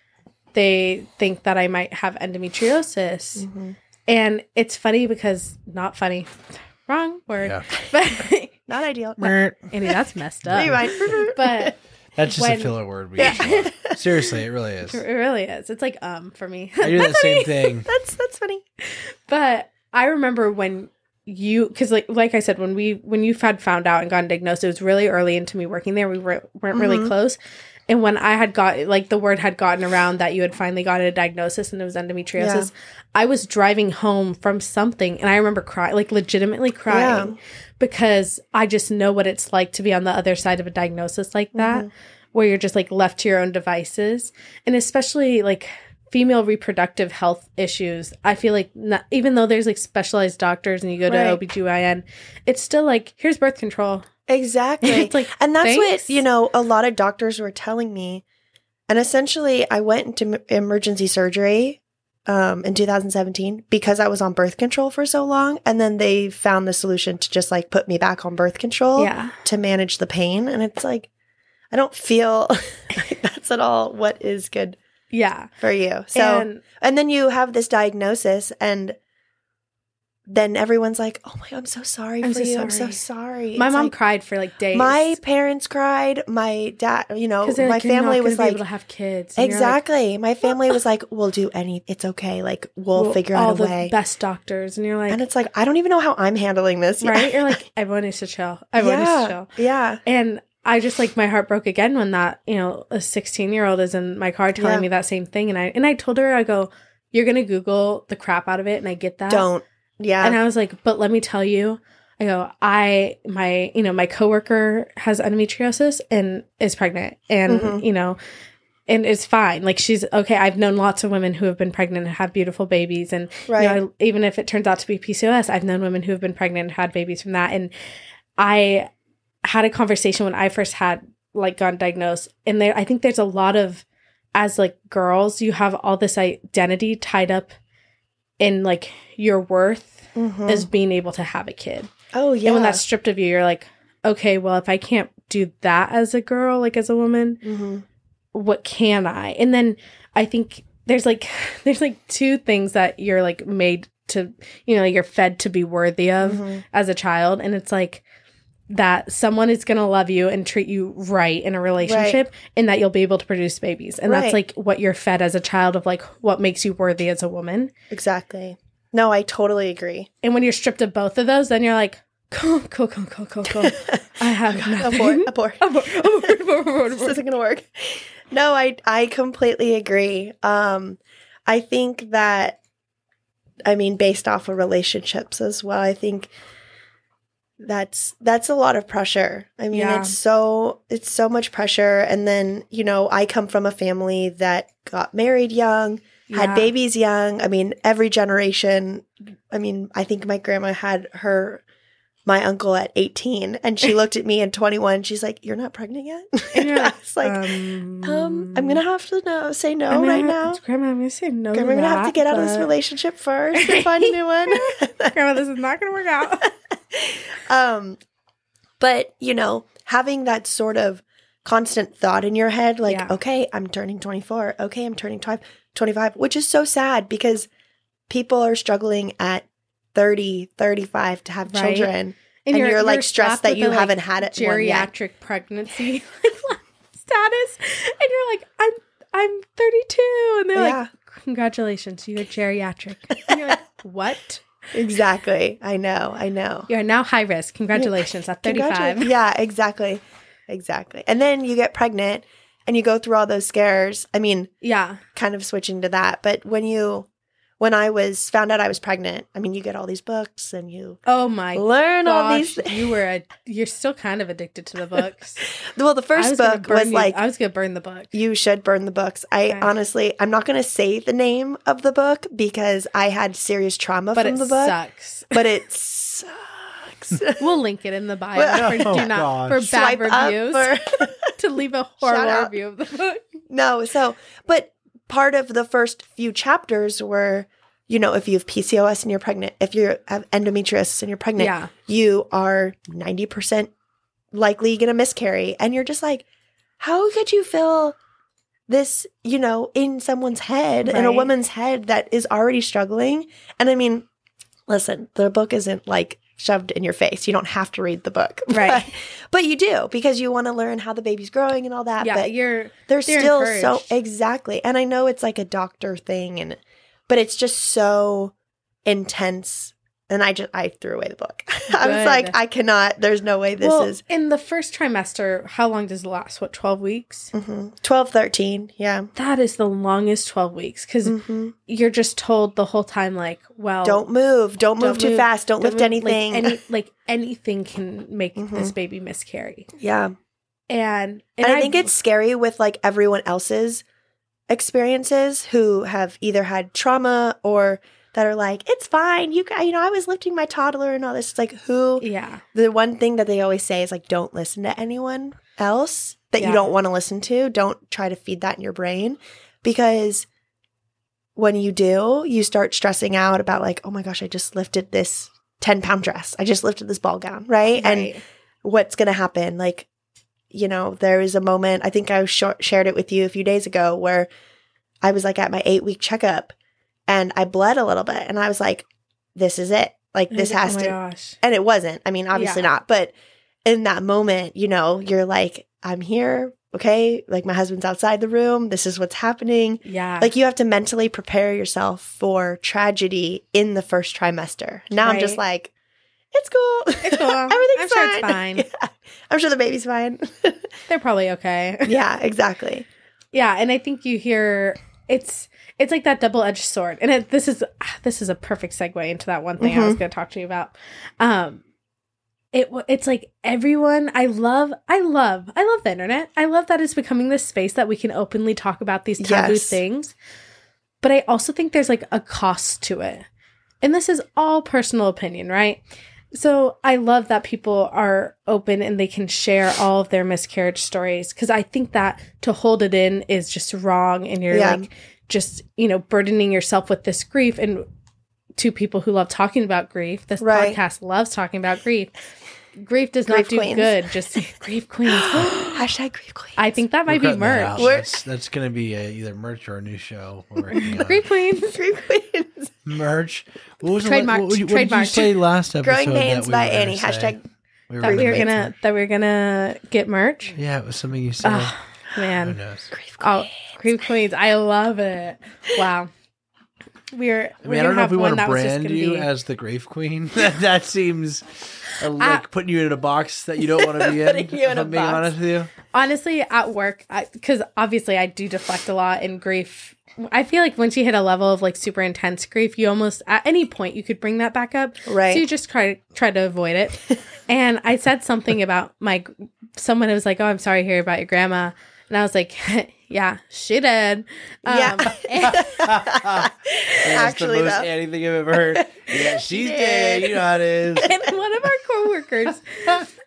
Speaker 2: they think that I might have endometriosis,
Speaker 3: Mhm.
Speaker 2: and it's funny because not funny, wrong word,
Speaker 4: Yeah.
Speaker 2: but
Speaker 3: not ideal
Speaker 2: Andy, that's messed up.
Speaker 3: Never mind.
Speaker 2: But
Speaker 4: That's just
Speaker 2: When-
Speaker 4: a filler word. We use a lot. Seriously, it really is.
Speaker 2: it really is. It's like um for me.
Speaker 4: I do that same thing.
Speaker 3: that's that's funny
Speaker 2: But I remember when you, because like like I said, when we when you had found out and gotten diagnosed, it was really early into me working there. We were, weren't really
Speaker 3: Mhm.
Speaker 2: close, and when I had got like the word had gotten around that you had finally gotten a diagnosis and it was endometriosis, I was driving home from something, and I remember crying, like legitimately crying, because I just know what it's like to be on the other side of a diagnosis like that, where you're just like left to your own devices, and especially like female reproductive health issues i feel like not, even though there's like specialized doctors and you go to
Speaker 3: Right.
Speaker 2: obgyn it's still like here's birth control
Speaker 3: Exactly.
Speaker 2: It's like,
Speaker 3: and that's
Speaker 2: thanks.
Speaker 3: what, you know, a lot of doctors were telling me. And essentially, I went into m- emergency surgery um, in 2017 because I was on birth control for so long. And then they found the solution to just like put me back on birth control
Speaker 2: yeah
Speaker 3: to manage the pain. And it's like, I don't feel like that's at all what is good
Speaker 2: yeah
Speaker 3: for you. So, and,
Speaker 2: and
Speaker 3: then you have this diagnosis, and then everyone's like, oh my, I'm so sorry
Speaker 2: I'm
Speaker 3: for
Speaker 2: so
Speaker 3: you. I'm so
Speaker 2: sorry.
Speaker 3: sorry.
Speaker 2: my
Speaker 3: It's
Speaker 2: mom
Speaker 3: like-
Speaker 2: cried for like days
Speaker 3: my parents cried. My dad, you know,
Speaker 2: 'Cause they're
Speaker 3: my
Speaker 2: like, "You're not
Speaker 3: family
Speaker 2: gonna
Speaker 3: was
Speaker 2: be
Speaker 3: like,
Speaker 2: able to have kids And you're like,
Speaker 3: exactly. my family was like, we'll do any. It's okay. Like we'll,
Speaker 2: "Well,
Speaker 3: figure
Speaker 2: all
Speaker 3: out a
Speaker 2: the
Speaker 3: way.
Speaker 2: best doctors and you're like
Speaker 3: and it's like I don't even know how I'm handling this. Yeah.
Speaker 2: right you're like everyone needs to chill everyone needs to
Speaker 3: yeah,
Speaker 2: chill
Speaker 3: yeah,
Speaker 2: and I just like my heart broke again when that you know a 16 year old is in my car telling
Speaker 3: Yeah.
Speaker 2: me that same thing and I and I told her I go you're gonna Google the crap out of it and I get that
Speaker 3: don't. Yeah,
Speaker 2: And I was like, but let me tell you, I go, I my you know, my coworker has endometriosis and is pregnant and
Speaker 3: Mhm.
Speaker 2: you know and it's fine. Like she's okay. I've known lots of women who have been pregnant and have beautiful babies and
Speaker 3: right.
Speaker 2: you know, I- even if it turns out to be PCOS, I've known women who have been pregnant and had babies from that. And I had a conversation when I first had like gotten diagnosed, and there I think there's a lot of as like girls, you have all this identity tied up in like your worth
Speaker 3: Mhm.
Speaker 2: as being able to have a kid.
Speaker 3: oh yeah.
Speaker 2: And when that's stripped of you, you're like, okay, well, if I can't do that as a girl, like as a woman,
Speaker 3: Mhm.
Speaker 2: what can I? And then I think there's like there's like two things that you're like made to you know you're fed to be worthy of
Speaker 3: Mhm.
Speaker 2: as a child and it's like that someone is going to love you and treat you right in a relationship and that you'll be able to produce babies and that's
Speaker 3: Right.
Speaker 2: like what you're fed as a child of like what makes you worthy as a woman
Speaker 3: exactly. No, I totally agree.
Speaker 2: and when you're stripped of both of those then you're like cool cool cool cool cool cool i have
Speaker 3: Abort,
Speaker 2: nothing
Speaker 3: abort.
Speaker 2: Abort, abort, abort, abort,
Speaker 3: this
Speaker 2: abort.
Speaker 3: isn't gonna work. No, I I completely agree. Um, I think that, I mean, based off of relationships as well, I think that's that's a lot of pressure. I mean,
Speaker 2: Yeah.
Speaker 3: it's so it's so much pressure. And then you know, I come from a family that got married young, had
Speaker 2: Yeah.
Speaker 3: babies young. I mean, every generation. I mean, I think my grandma had her. My uncle at 18, and she looked at me at 21. She's like, You're not pregnant yet?
Speaker 2: And you're
Speaker 3: I
Speaker 2: like,
Speaker 3: was like,
Speaker 2: um,
Speaker 3: um, I'm gonna have to no, say no
Speaker 2: I'm gonna
Speaker 3: right
Speaker 2: have-
Speaker 3: now.
Speaker 2: Grandma, I'm gonna say no.
Speaker 3: Grandma,
Speaker 2: to
Speaker 3: I'm gonna have to
Speaker 2: that,
Speaker 3: get out of this
Speaker 2: but-
Speaker 3: relationship first and find a new one.
Speaker 2: Grandma, this is not gonna work out.
Speaker 3: um, but you know, having that sort of constant thought in your head like,
Speaker 2: Yeah.
Speaker 3: okay, I'm turning 24. Okay, I'm turning 25, 25, which is so sad because people are struggling at 30, 35 to have
Speaker 2: Right.
Speaker 3: children. And, you're, like
Speaker 2: slapped
Speaker 3: stressed that
Speaker 2: with
Speaker 3: you
Speaker 2: the, like,
Speaker 3: haven't had it one yet.
Speaker 2: geriatric pregnancy like, status, and you're like, I'm I'm 32, and they're
Speaker 3: Yeah.
Speaker 2: like, congratulations, you're geriatric. And you're like, what?
Speaker 3: Exactly. I know. I know.
Speaker 2: You're now high risk. Congratulations at 35.
Speaker 3: Congratulations. Yeah, exactly. Exactly. And then you get pregnant and you go through all those scares. I mean,
Speaker 2: Yeah,
Speaker 3: kind of switching to that, but when you when I was found out I was pregnant, I mean, you get all these books and you
Speaker 2: Oh my
Speaker 3: learn all
Speaker 2: gosh,
Speaker 3: these things.
Speaker 2: you were a, you're still kind of addicted to the books.
Speaker 3: Well, the
Speaker 2: I
Speaker 3: first
Speaker 2: gonna
Speaker 3: book
Speaker 2: burn
Speaker 3: was
Speaker 2: you-
Speaker 3: like
Speaker 2: I was gonna burn the book.
Speaker 3: you should burn the books. I
Speaker 2: Okay.
Speaker 3: honestly, I'm not going to say the name of the book because I had serious trauma
Speaker 2: But
Speaker 3: from
Speaker 2: it
Speaker 3: the book,
Speaker 2: sucks.
Speaker 3: but it sucks.
Speaker 2: We'll link it in the bio
Speaker 3: Well-
Speaker 2: for,
Speaker 4: Oh,
Speaker 2: do not, for
Speaker 4: gosh.
Speaker 2: bad
Speaker 3: Swipe up
Speaker 2: reviews
Speaker 3: for-
Speaker 2: to leave a
Speaker 3: Shout
Speaker 2: horrible
Speaker 3: out.
Speaker 2: review of the book.
Speaker 3: No, so but part of the first few chapters were, you know, if you have PCOS and you're pregnant, if you have endometriosis and you're pregnant,
Speaker 2: Yeah.
Speaker 3: you are ninety percent likely gonna miscarry, and you're just like, how could you feel this, you know, in someone's head, in a
Speaker 2: Right.
Speaker 3: woman's head that is already struggling? And I mean, listen, the book isn't like shoved in your face. You don't have to read the book,
Speaker 2: Right.
Speaker 3: But, but you do because you want to learn how the baby's growing and all that.
Speaker 2: Yeah,
Speaker 3: but
Speaker 2: you're
Speaker 3: they're,
Speaker 2: They're
Speaker 3: still
Speaker 2: encouraged.
Speaker 3: so exactly and i know it's like a doctor thing and but it's just so intense and i just i threw away the book i was
Speaker 2: Good.
Speaker 3: like i cannot there's no way this
Speaker 2: well,
Speaker 3: is
Speaker 2: in the first trimester, how long does it last? What, twelve weeks?
Speaker 3: hmm 12 13 yeah
Speaker 2: That is the longest twelve weeks because
Speaker 3: Mhm.
Speaker 2: you're just told the whole time, like, well,
Speaker 3: don't move don't,
Speaker 2: oh. Don't
Speaker 3: move too
Speaker 2: move.
Speaker 3: fast don't, lift
Speaker 2: don't- like,
Speaker 3: anything
Speaker 2: any, like anything can make
Speaker 3: Mhm.
Speaker 2: this baby miscarry.
Speaker 3: yeah
Speaker 2: And,
Speaker 3: and, I,
Speaker 2: I've-
Speaker 3: think it's scary with like everyone else's experiences who have either had trauma or that are like it's fine you ca- you know i was lifting my toddler and all this it's like who
Speaker 2: yeah,
Speaker 3: the one thing that they always say is like don't listen to anyone else that
Speaker 2: Yeah.
Speaker 3: you don't want to listen to don't try to feed that in your brain because when you do you start stressing out about like oh my gosh i just lifted this 10 pound dress i just lifted this ball gown right, and
Speaker 2: right.
Speaker 3: what's going to happen like you know there is a moment i think i sh- shared it with you a few days ago where i was like at my eight week checkup and i bled a little bit and i was like this is it like this has
Speaker 2: oh my
Speaker 3: to
Speaker 2: gosh.
Speaker 3: and it wasn't. I mean, obviously
Speaker 2: Yeah.
Speaker 3: not. But in that moment, you know, you're like, I'm here. Okay. Like my husband's outside the room. This is what's happening.
Speaker 2: Yeah.
Speaker 3: Like you have to mentally prepare yourself for tragedy in the first trimester. Now I'm just like, it's cool.
Speaker 2: It's cool.
Speaker 3: Everything's
Speaker 2: I'm
Speaker 3: fine.
Speaker 2: sure it's fine.
Speaker 3: Yeah. I'm sure the baby's fine.
Speaker 2: They're probably okay.
Speaker 3: yeah, exactly.
Speaker 2: yeah, and I think you hear it's it's like that double edged sword, and it, this is ah, this is a perfect segue into that one thing I was going to talk to you about. Um, it wa- it's like everyone. I love, I love, I love the internet. I love that it's becoming this space that we can openly talk about these taboo
Speaker 3: Yes.
Speaker 2: things. But I also think there's like a cost to it, and this is all personal opinion, right? So I love that people are open and they can share all of their miscarriage stories because I think that to hold it in is just wrong and you're
Speaker 3: Yeah.
Speaker 2: like just you know burdening yourself with this grief and to people who love talking about grief this
Speaker 3: Right.
Speaker 2: podcast loves talking about grief grief does
Speaker 3: Grief
Speaker 2: not do
Speaker 3: queens.
Speaker 2: good just grief queens
Speaker 3: Hashtag grief queen.
Speaker 2: I think that might
Speaker 4: We're
Speaker 2: be
Speaker 4: cutting that out.
Speaker 2: merch
Speaker 4: That's, that's going to be uh either merch or a new show. We're working on.
Speaker 2: grief queens
Speaker 3: grief queens.
Speaker 4: merch. What was the la-
Speaker 2: Trademarked.
Speaker 4: what, you- what did you
Speaker 2: Trademarked.
Speaker 4: say last episode?
Speaker 3: Growing
Speaker 4: that
Speaker 3: pains
Speaker 4: we
Speaker 3: by
Speaker 4: were gonna
Speaker 3: Annie.
Speaker 4: say?
Speaker 3: Hashtag
Speaker 4: We were
Speaker 2: that we are
Speaker 4: gonna make
Speaker 2: gonna that we are gonna get merch
Speaker 4: some- Yeah, it was something you said.
Speaker 2: Ah,
Speaker 4: Who
Speaker 2: man
Speaker 4: knows?
Speaker 3: grief queen.
Speaker 2: Oh, Creep Queens. I love it. Wow. We're,
Speaker 4: I
Speaker 2: we're
Speaker 4: mean,
Speaker 2: gonna
Speaker 4: I don't know if
Speaker 2: have
Speaker 4: we
Speaker 2: one
Speaker 4: want to
Speaker 2: that was just
Speaker 4: brand
Speaker 2: gonna
Speaker 4: you
Speaker 2: be- Ah.
Speaker 4: as the Grave Queen. that seems uh, like putting you in a box that you don't want to be in.
Speaker 3: Putting you in
Speaker 4: if
Speaker 3: a
Speaker 4: I'm being
Speaker 3: box.
Speaker 4: honest with you.
Speaker 2: honestly at work because obviously I do deflect a lot in grief. I feel like once you hit a level of like super intense grief, you almost at any point you could bring that back up.
Speaker 3: Right.
Speaker 2: So you just try try to avoid it. and I said something about my someone was like, "Oh, I'm sorry to hear about your grandma," and I was like, "Yeah, she did." Um,
Speaker 3: Yeah.
Speaker 2: and-
Speaker 4: That's
Speaker 3: Actually,
Speaker 4: the most
Speaker 3: though.
Speaker 4: anything I've ever heard. Yeah, she's dead. You know how it is.
Speaker 2: and one of our coworkers,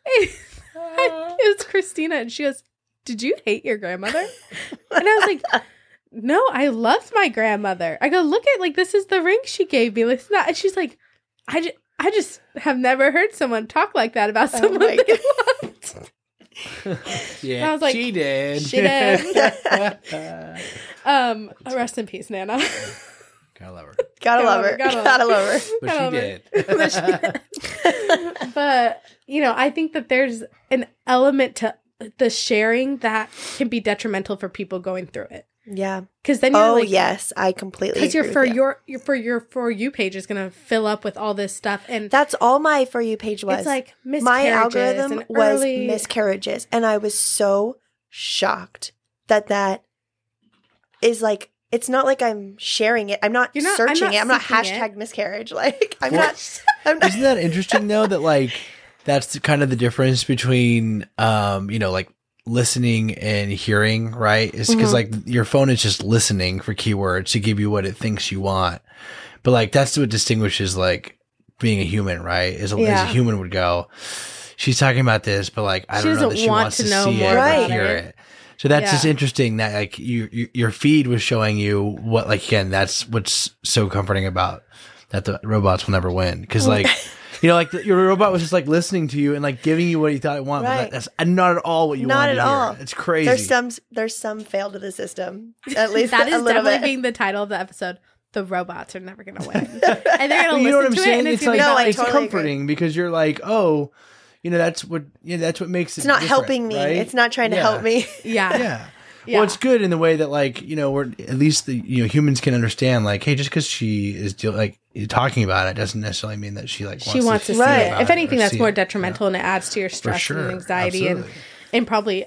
Speaker 2: it was Christina, and she goes, "Did you hate your grandmother?" And I was like, "No, I loved my grandmother." I go, "Look at like this is the ring she gave me." Like, that. And she's like, "I just, I just have never heard someone talk like that about
Speaker 3: Oh
Speaker 2: someone
Speaker 3: my
Speaker 2: they loved."
Speaker 4: Yeah,
Speaker 2: I was like,
Speaker 4: she did.
Speaker 2: She did. um, rest in peace, Nana.
Speaker 4: Gotta love her.
Speaker 3: Gotta love her.
Speaker 2: Gotta love her.
Speaker 3: Gotta love her.
Speaker 4: But
Speaker 2: Gotta
Speaker 4: she did.
Speaker 2: Um, but you know, I think that there's an element to the sharing that can be detrimental for people going through it.
Speaker 3: Yeah.
Speaker 2: Because then you're
Speaker 3: Oh
Speaker 2: like,
Speaker 3: yes, I completely.
Speaker 2: because your
Speaker 3: agree with
Speaker 2: for
Speaker 3: you.
Speaker 2: your your for your for you page is gonna fill up with all this stuff, and
Speaker 3: That's all my for you page was.
Speaker 2: it's like
Speaker 3: my
Speaker 2: miscarriages
Speaker 3: algorithm
Speaker 2: and
Speaker 3: was
Speaker 2: early-
Speaker 3: miscarriages, and I was so shocked that that is like. It's not like I'm sharing it. I'm not,
Speaker 2: You're not- I'm
Speaker 3: searching
Speaker 2: not
Speaker 3: it. I'm not
Speaker 2: seeking it.
Speaker 3: hashtag miscarriage. Like I'm
Speaker 4: Well-
Speaker 3: not. I'm not.
Speaker 4: Isn't that interesting though? That like that's the, kind of the difference between um you know like listening and hearing, right? Is because
Speaker 2: Mm-hmm.
Speaker 3: Mhm.
Speaker 4: like your phone is just listening for keywords to give you what it thinks you want, but like that's what distinguishes like being a human, right? Is a, as
Speaker 2: Yeah.
Speaker 4: a human would go, she's talking about this, but like I
Speaker 2: She
Speaker 4: don't know
Speaker 2: doesn't
Speaker 4: that she
Speaker 2: want
Speaker 4: wants
Speaker 2: to
Speaker 4: to,
Speaker 2: know
Speaker 4: see
Speaker 2: more
Speaker 4: it
Speaker 3: about
Speaker 4: or hear
Speaker 2: it.
Speaker 4: it. So that's
Speaker 2: Yeah.
Speaker 4: just interesting that like you, you your feed was showing you what like again that's what's so comforting about that the robots will never win because like you know like the, your robot was just like listening to you and like giving you what you thought it wanted but
Speaker 3: Right.
Speaker 4: that, that's not at all what you
Speaker 3: Not
Speaker 4: wanted
Speaker 3: at
Speaker 4: to hear.
Speaker 3: all.
Speaker 4: it's crazy
Speaker 3: There's some. There's some fail to the system. At least
Speaker 2: that
Speaker 3: a
Speaker 2: is
Speaker 3: little
Speaker 2: definitely
Speaker 3: bit.
Speaker 2: being the title of the episode. The robots are never gonna win, and they're
Speaker 4: But
Speaker 2: gonna
Speaker 4: you know
Speaker 2: listen to
Speaker 4: what I'm
Speaker 2: it,
Speaker 4: saying
Speaker 2: and it's,
Speaker 4: it's
Speaker 2: gonna
Speaker 4: like
Speaker 3: No, I
Speaker 2: be
Speaker 4: it's
Speaker 2: like,
Speaker 3: totally agree.
Speaker 4: comforting because you're like oh you know that's what you know, that's what makes it
Speaker 3: it's not
Speaker 4: different,
Speaker 3: helping me.
Speaker 4: right?
Speaker 3: It's not trying to
Speaker 4: Yeah.
Speaker 3: help me.
Speaker 2: yeah,
Speaker 4: yeah.
Speaker 2: Yeah.
Speaker 4: Well, it's good in the way that like you know we're at least the you know humans can understand like hey just because she is deal- like talking about it doesn't necessarily mean that she like wants
Speaker 2: she wants to see
Speaker 3: Right.
Speaker 2: it.
Speaker 4: about
Speaker 2: If
Speaker 4: or
Speaker 2: anything, that's
Speaker 4: see
Speaker 2: more
Speaker 4: it.
Speaker 2: detrimental, and it adds to your
Speaker 4: Yeah, for
Speaker 2: stress
Speaker 4: sure
Speaker 2: and anxiety,
Speaker 4: Absolutely.
Speaker 2: and and probably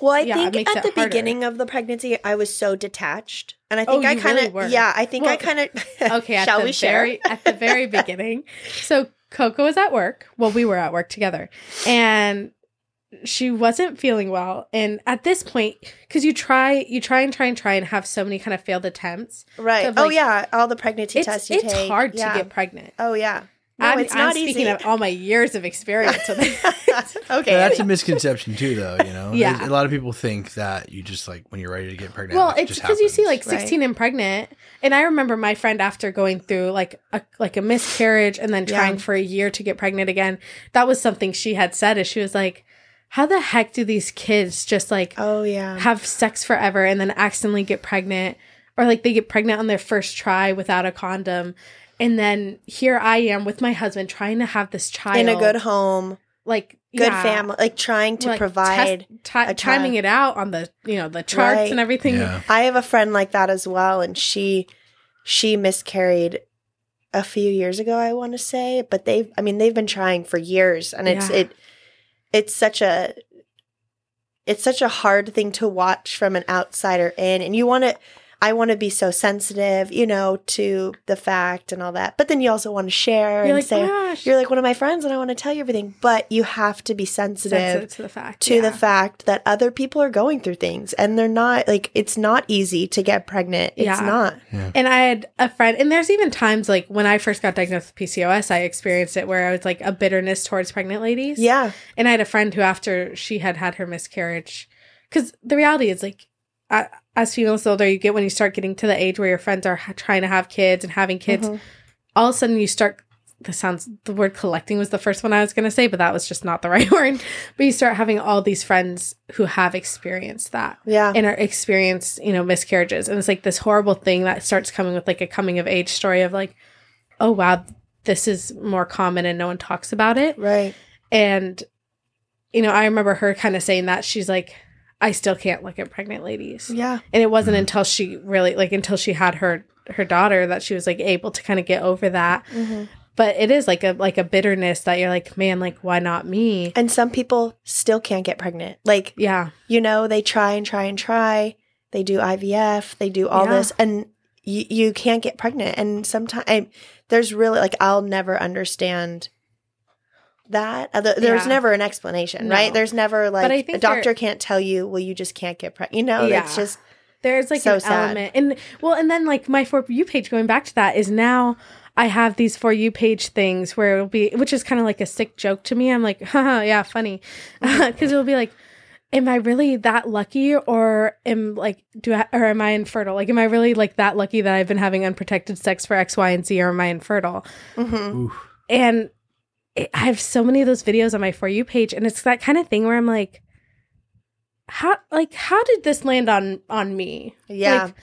Speaker 3: Well, I
Speaker 2: Yeah, it
Speaker 3: think
Speaker 2: makes
Speaker 3: at
Speaker 2: it
Speaker 3: the
Speaker 2: harder.
Speaker 3: beginning of the pregnancy, I was so detached, and I
Speaker 2: Oh,
Speaker 3: think I
Speaker 2: you
Speaker 3: kind
Speaker 2: really
Speaker 3: of,
Speaker 2: were.
Speaker 3: yeah, I think I
Speaker 2: Well,
Speaker 3: kind of.
Speaker 2: okay. At
Speaker 3: shall
Speaker 2: the
Speaker 3: we share?
Speaker 2: Very, at the very beginning, so Coco was at work. Well, we were at work together, and she wasn't feeling well. And at this point, because you try, you try and try and try and have so many kind of failed attempts,
Speaker 3: right?
Speaker 2: of,
Speaker 3: oh
Speaker 2: like-
Speaker 3: yeah, all the pregnancy
Speaker 2: it's
Speaker 3: tests you
Speaker 2: it's
Speaker 3: take.
Speaker 2: hard
Speaker 3: yeah.
Speaker 2: to get pregnant.
Speaker 3: Oh yeah, no,
Speaker 2: I'm,
Speaker 3: it's
Speaker 2: I'm
Speaker 3: not
Speaker 2: speaking
Speaker 3: easy.
Speaker 2: of all my years of experience with it.
Speaker 3: okay,
Speaker 4: Yeah, that's a misconception too, though. You know,
Speaker 2: Yeah.
Speaker 4: There's- a lot of people think that you just like when you're ready to get pregnant.
Speaker 2: well,
Speaker 4: like, it
Speaker 2: it's
Speaker 4: just
Speaker 2: because you see like
Speaker 4: happens.
Speaker 2: 16 and pregnant, and I remember my friend after going through like a like a miscarriage and then
Speaker 3: Yeah.
Speaker 2: trying for a year to get pregnant again. That was something she had said. Is she was like, "How the heck do these kids just like
Speaker 3: oh yeah,
Speaker 2: have sex forever and then accidentally get pregnant, or like they get pregnant on their first try without a condom?" And then here I am with my husband trying to have this child
Speaker 3: in a good home,
Speaker 2: like
Speaker 3: good
Speaker 2: yeah.
Speaker 3: family, like trying to
Speaker 2: Like,
Speaker 3: provide.
Speaker 2: test- ti-
Speaker 3: a
Speaker 2: timing
Speaker 3: child.
Speaker 2: it out on the you know the charts
Speaker 3: Right.
Speaker 2: and everything.
Speaker 4: Yeah.
Speaker 3: I have a friend like that as well, and she she miscarried a few years ago, I want to say, but they've I mean they've been trying for years, and it's
Speaker 2: Yeah.
Speaker 3: it it's such a it's such a hard thing to watch from an outsider in, and you want to. I want to be so sensitive, you know, to the fact and all that. But then you also want to share
Speaker 2: You're
Speaker 3: and
Speaker 2: like, "Oh
Speaker 3: say,
Speaker 2: gosh,
Speaker 3: you're like one of my friends and I want to tell you everything. But you have to be sensitive
Speaker 2: sensitive to the fact.
Speaker 3: to
Speaker 2: yeah.
Speaker 3: the fact that other people are going through things and they're not like it's not easy to get pregnant. It's
Speaker 2: Yeah.
Speaker 3: not.
Speaker 2: And I had a friend, and there's even times like when I first got diagnosed with PCOS, I experienced it where I was like a bitterness towards pregnant ladies.
Speaker 3: Yeah.
Speaker 2: And I had a friend who, after she had had her miscarriage, because the reality is like, a- as females, the older you get, when you start getting to the age where your friends are ha- trying to have kids and having kids,
Speaker 3: Mhm.
Speaker 2: all of a sudden you start the sounds the word collecting was the first one I was gonna say, but that was just not the right word. But you start having all these friends who have experienced that
Speaker 3: Yeah.
Speaker 2: and are experienced, you know, miscarriages. And it's like this horrible thing that starts coming with like a coming of age story of like, oh wow, this is more common and no one talks about it.
Speaker 3: right.
Speaker 2: And you know, I remember her kind of saying that she's like, I still can't look at pregnant ladies
Speaker 3: Yeah.
Speaker 2: and it wasn't
Speaker 4: Mhm.
Speaker 2: until she really like until she had her her daughter that she was like able to kind of get over that
Speaker 3: Mhm.
Speaker 2: but it is like a like a bitterness that you're like man like why not me
Speaker 3: And some people still can't get pregnant. Like,
Speaker 2: yeah
Speaker 3: you know, they try and try and try. They do IVF, they do all
Speaker 2: Yeah.
Speaker 3: this and you, you can't get pregnant. And sometimes there's really like I'll never understand that Other- there's
Speaker 2: Yeah.
Speaker 3: never an explanation
Speaker 2: No.
Speaker 3: right there's never like
Speaker 2: I
Speaker 3: a
Speaker 2: think
Speaker 3: doctor
Speaker 2: there-
Speaker 3: can't tell you well you just can't get pregnant you know
Speaker 2: Yeah.
Speaker 3: it's just
Speaker 2: there's like
Speaker 3: So
Speaker 2: an
Speaker 3: sad.
Speaker 2: element and well and then like my for you page going back to that is now i have these for you page things where it'll be which is kind of like a sick joke to me i'm like haha yeah funny because it'll be like am i really that lucky or am like do i or am i infertile like am i really like that lucky that i've been having unprotected sex for x y and z or am i infertile
Speaker 3: mhm.
Speaker 4: Oof.
Speaker 2: and it, I have so many of those videos on my for you page, and it's that kind of thing where I'm like, how like how did this land on on me?
Speaker 3: Yeah.
Speaker 2: Like,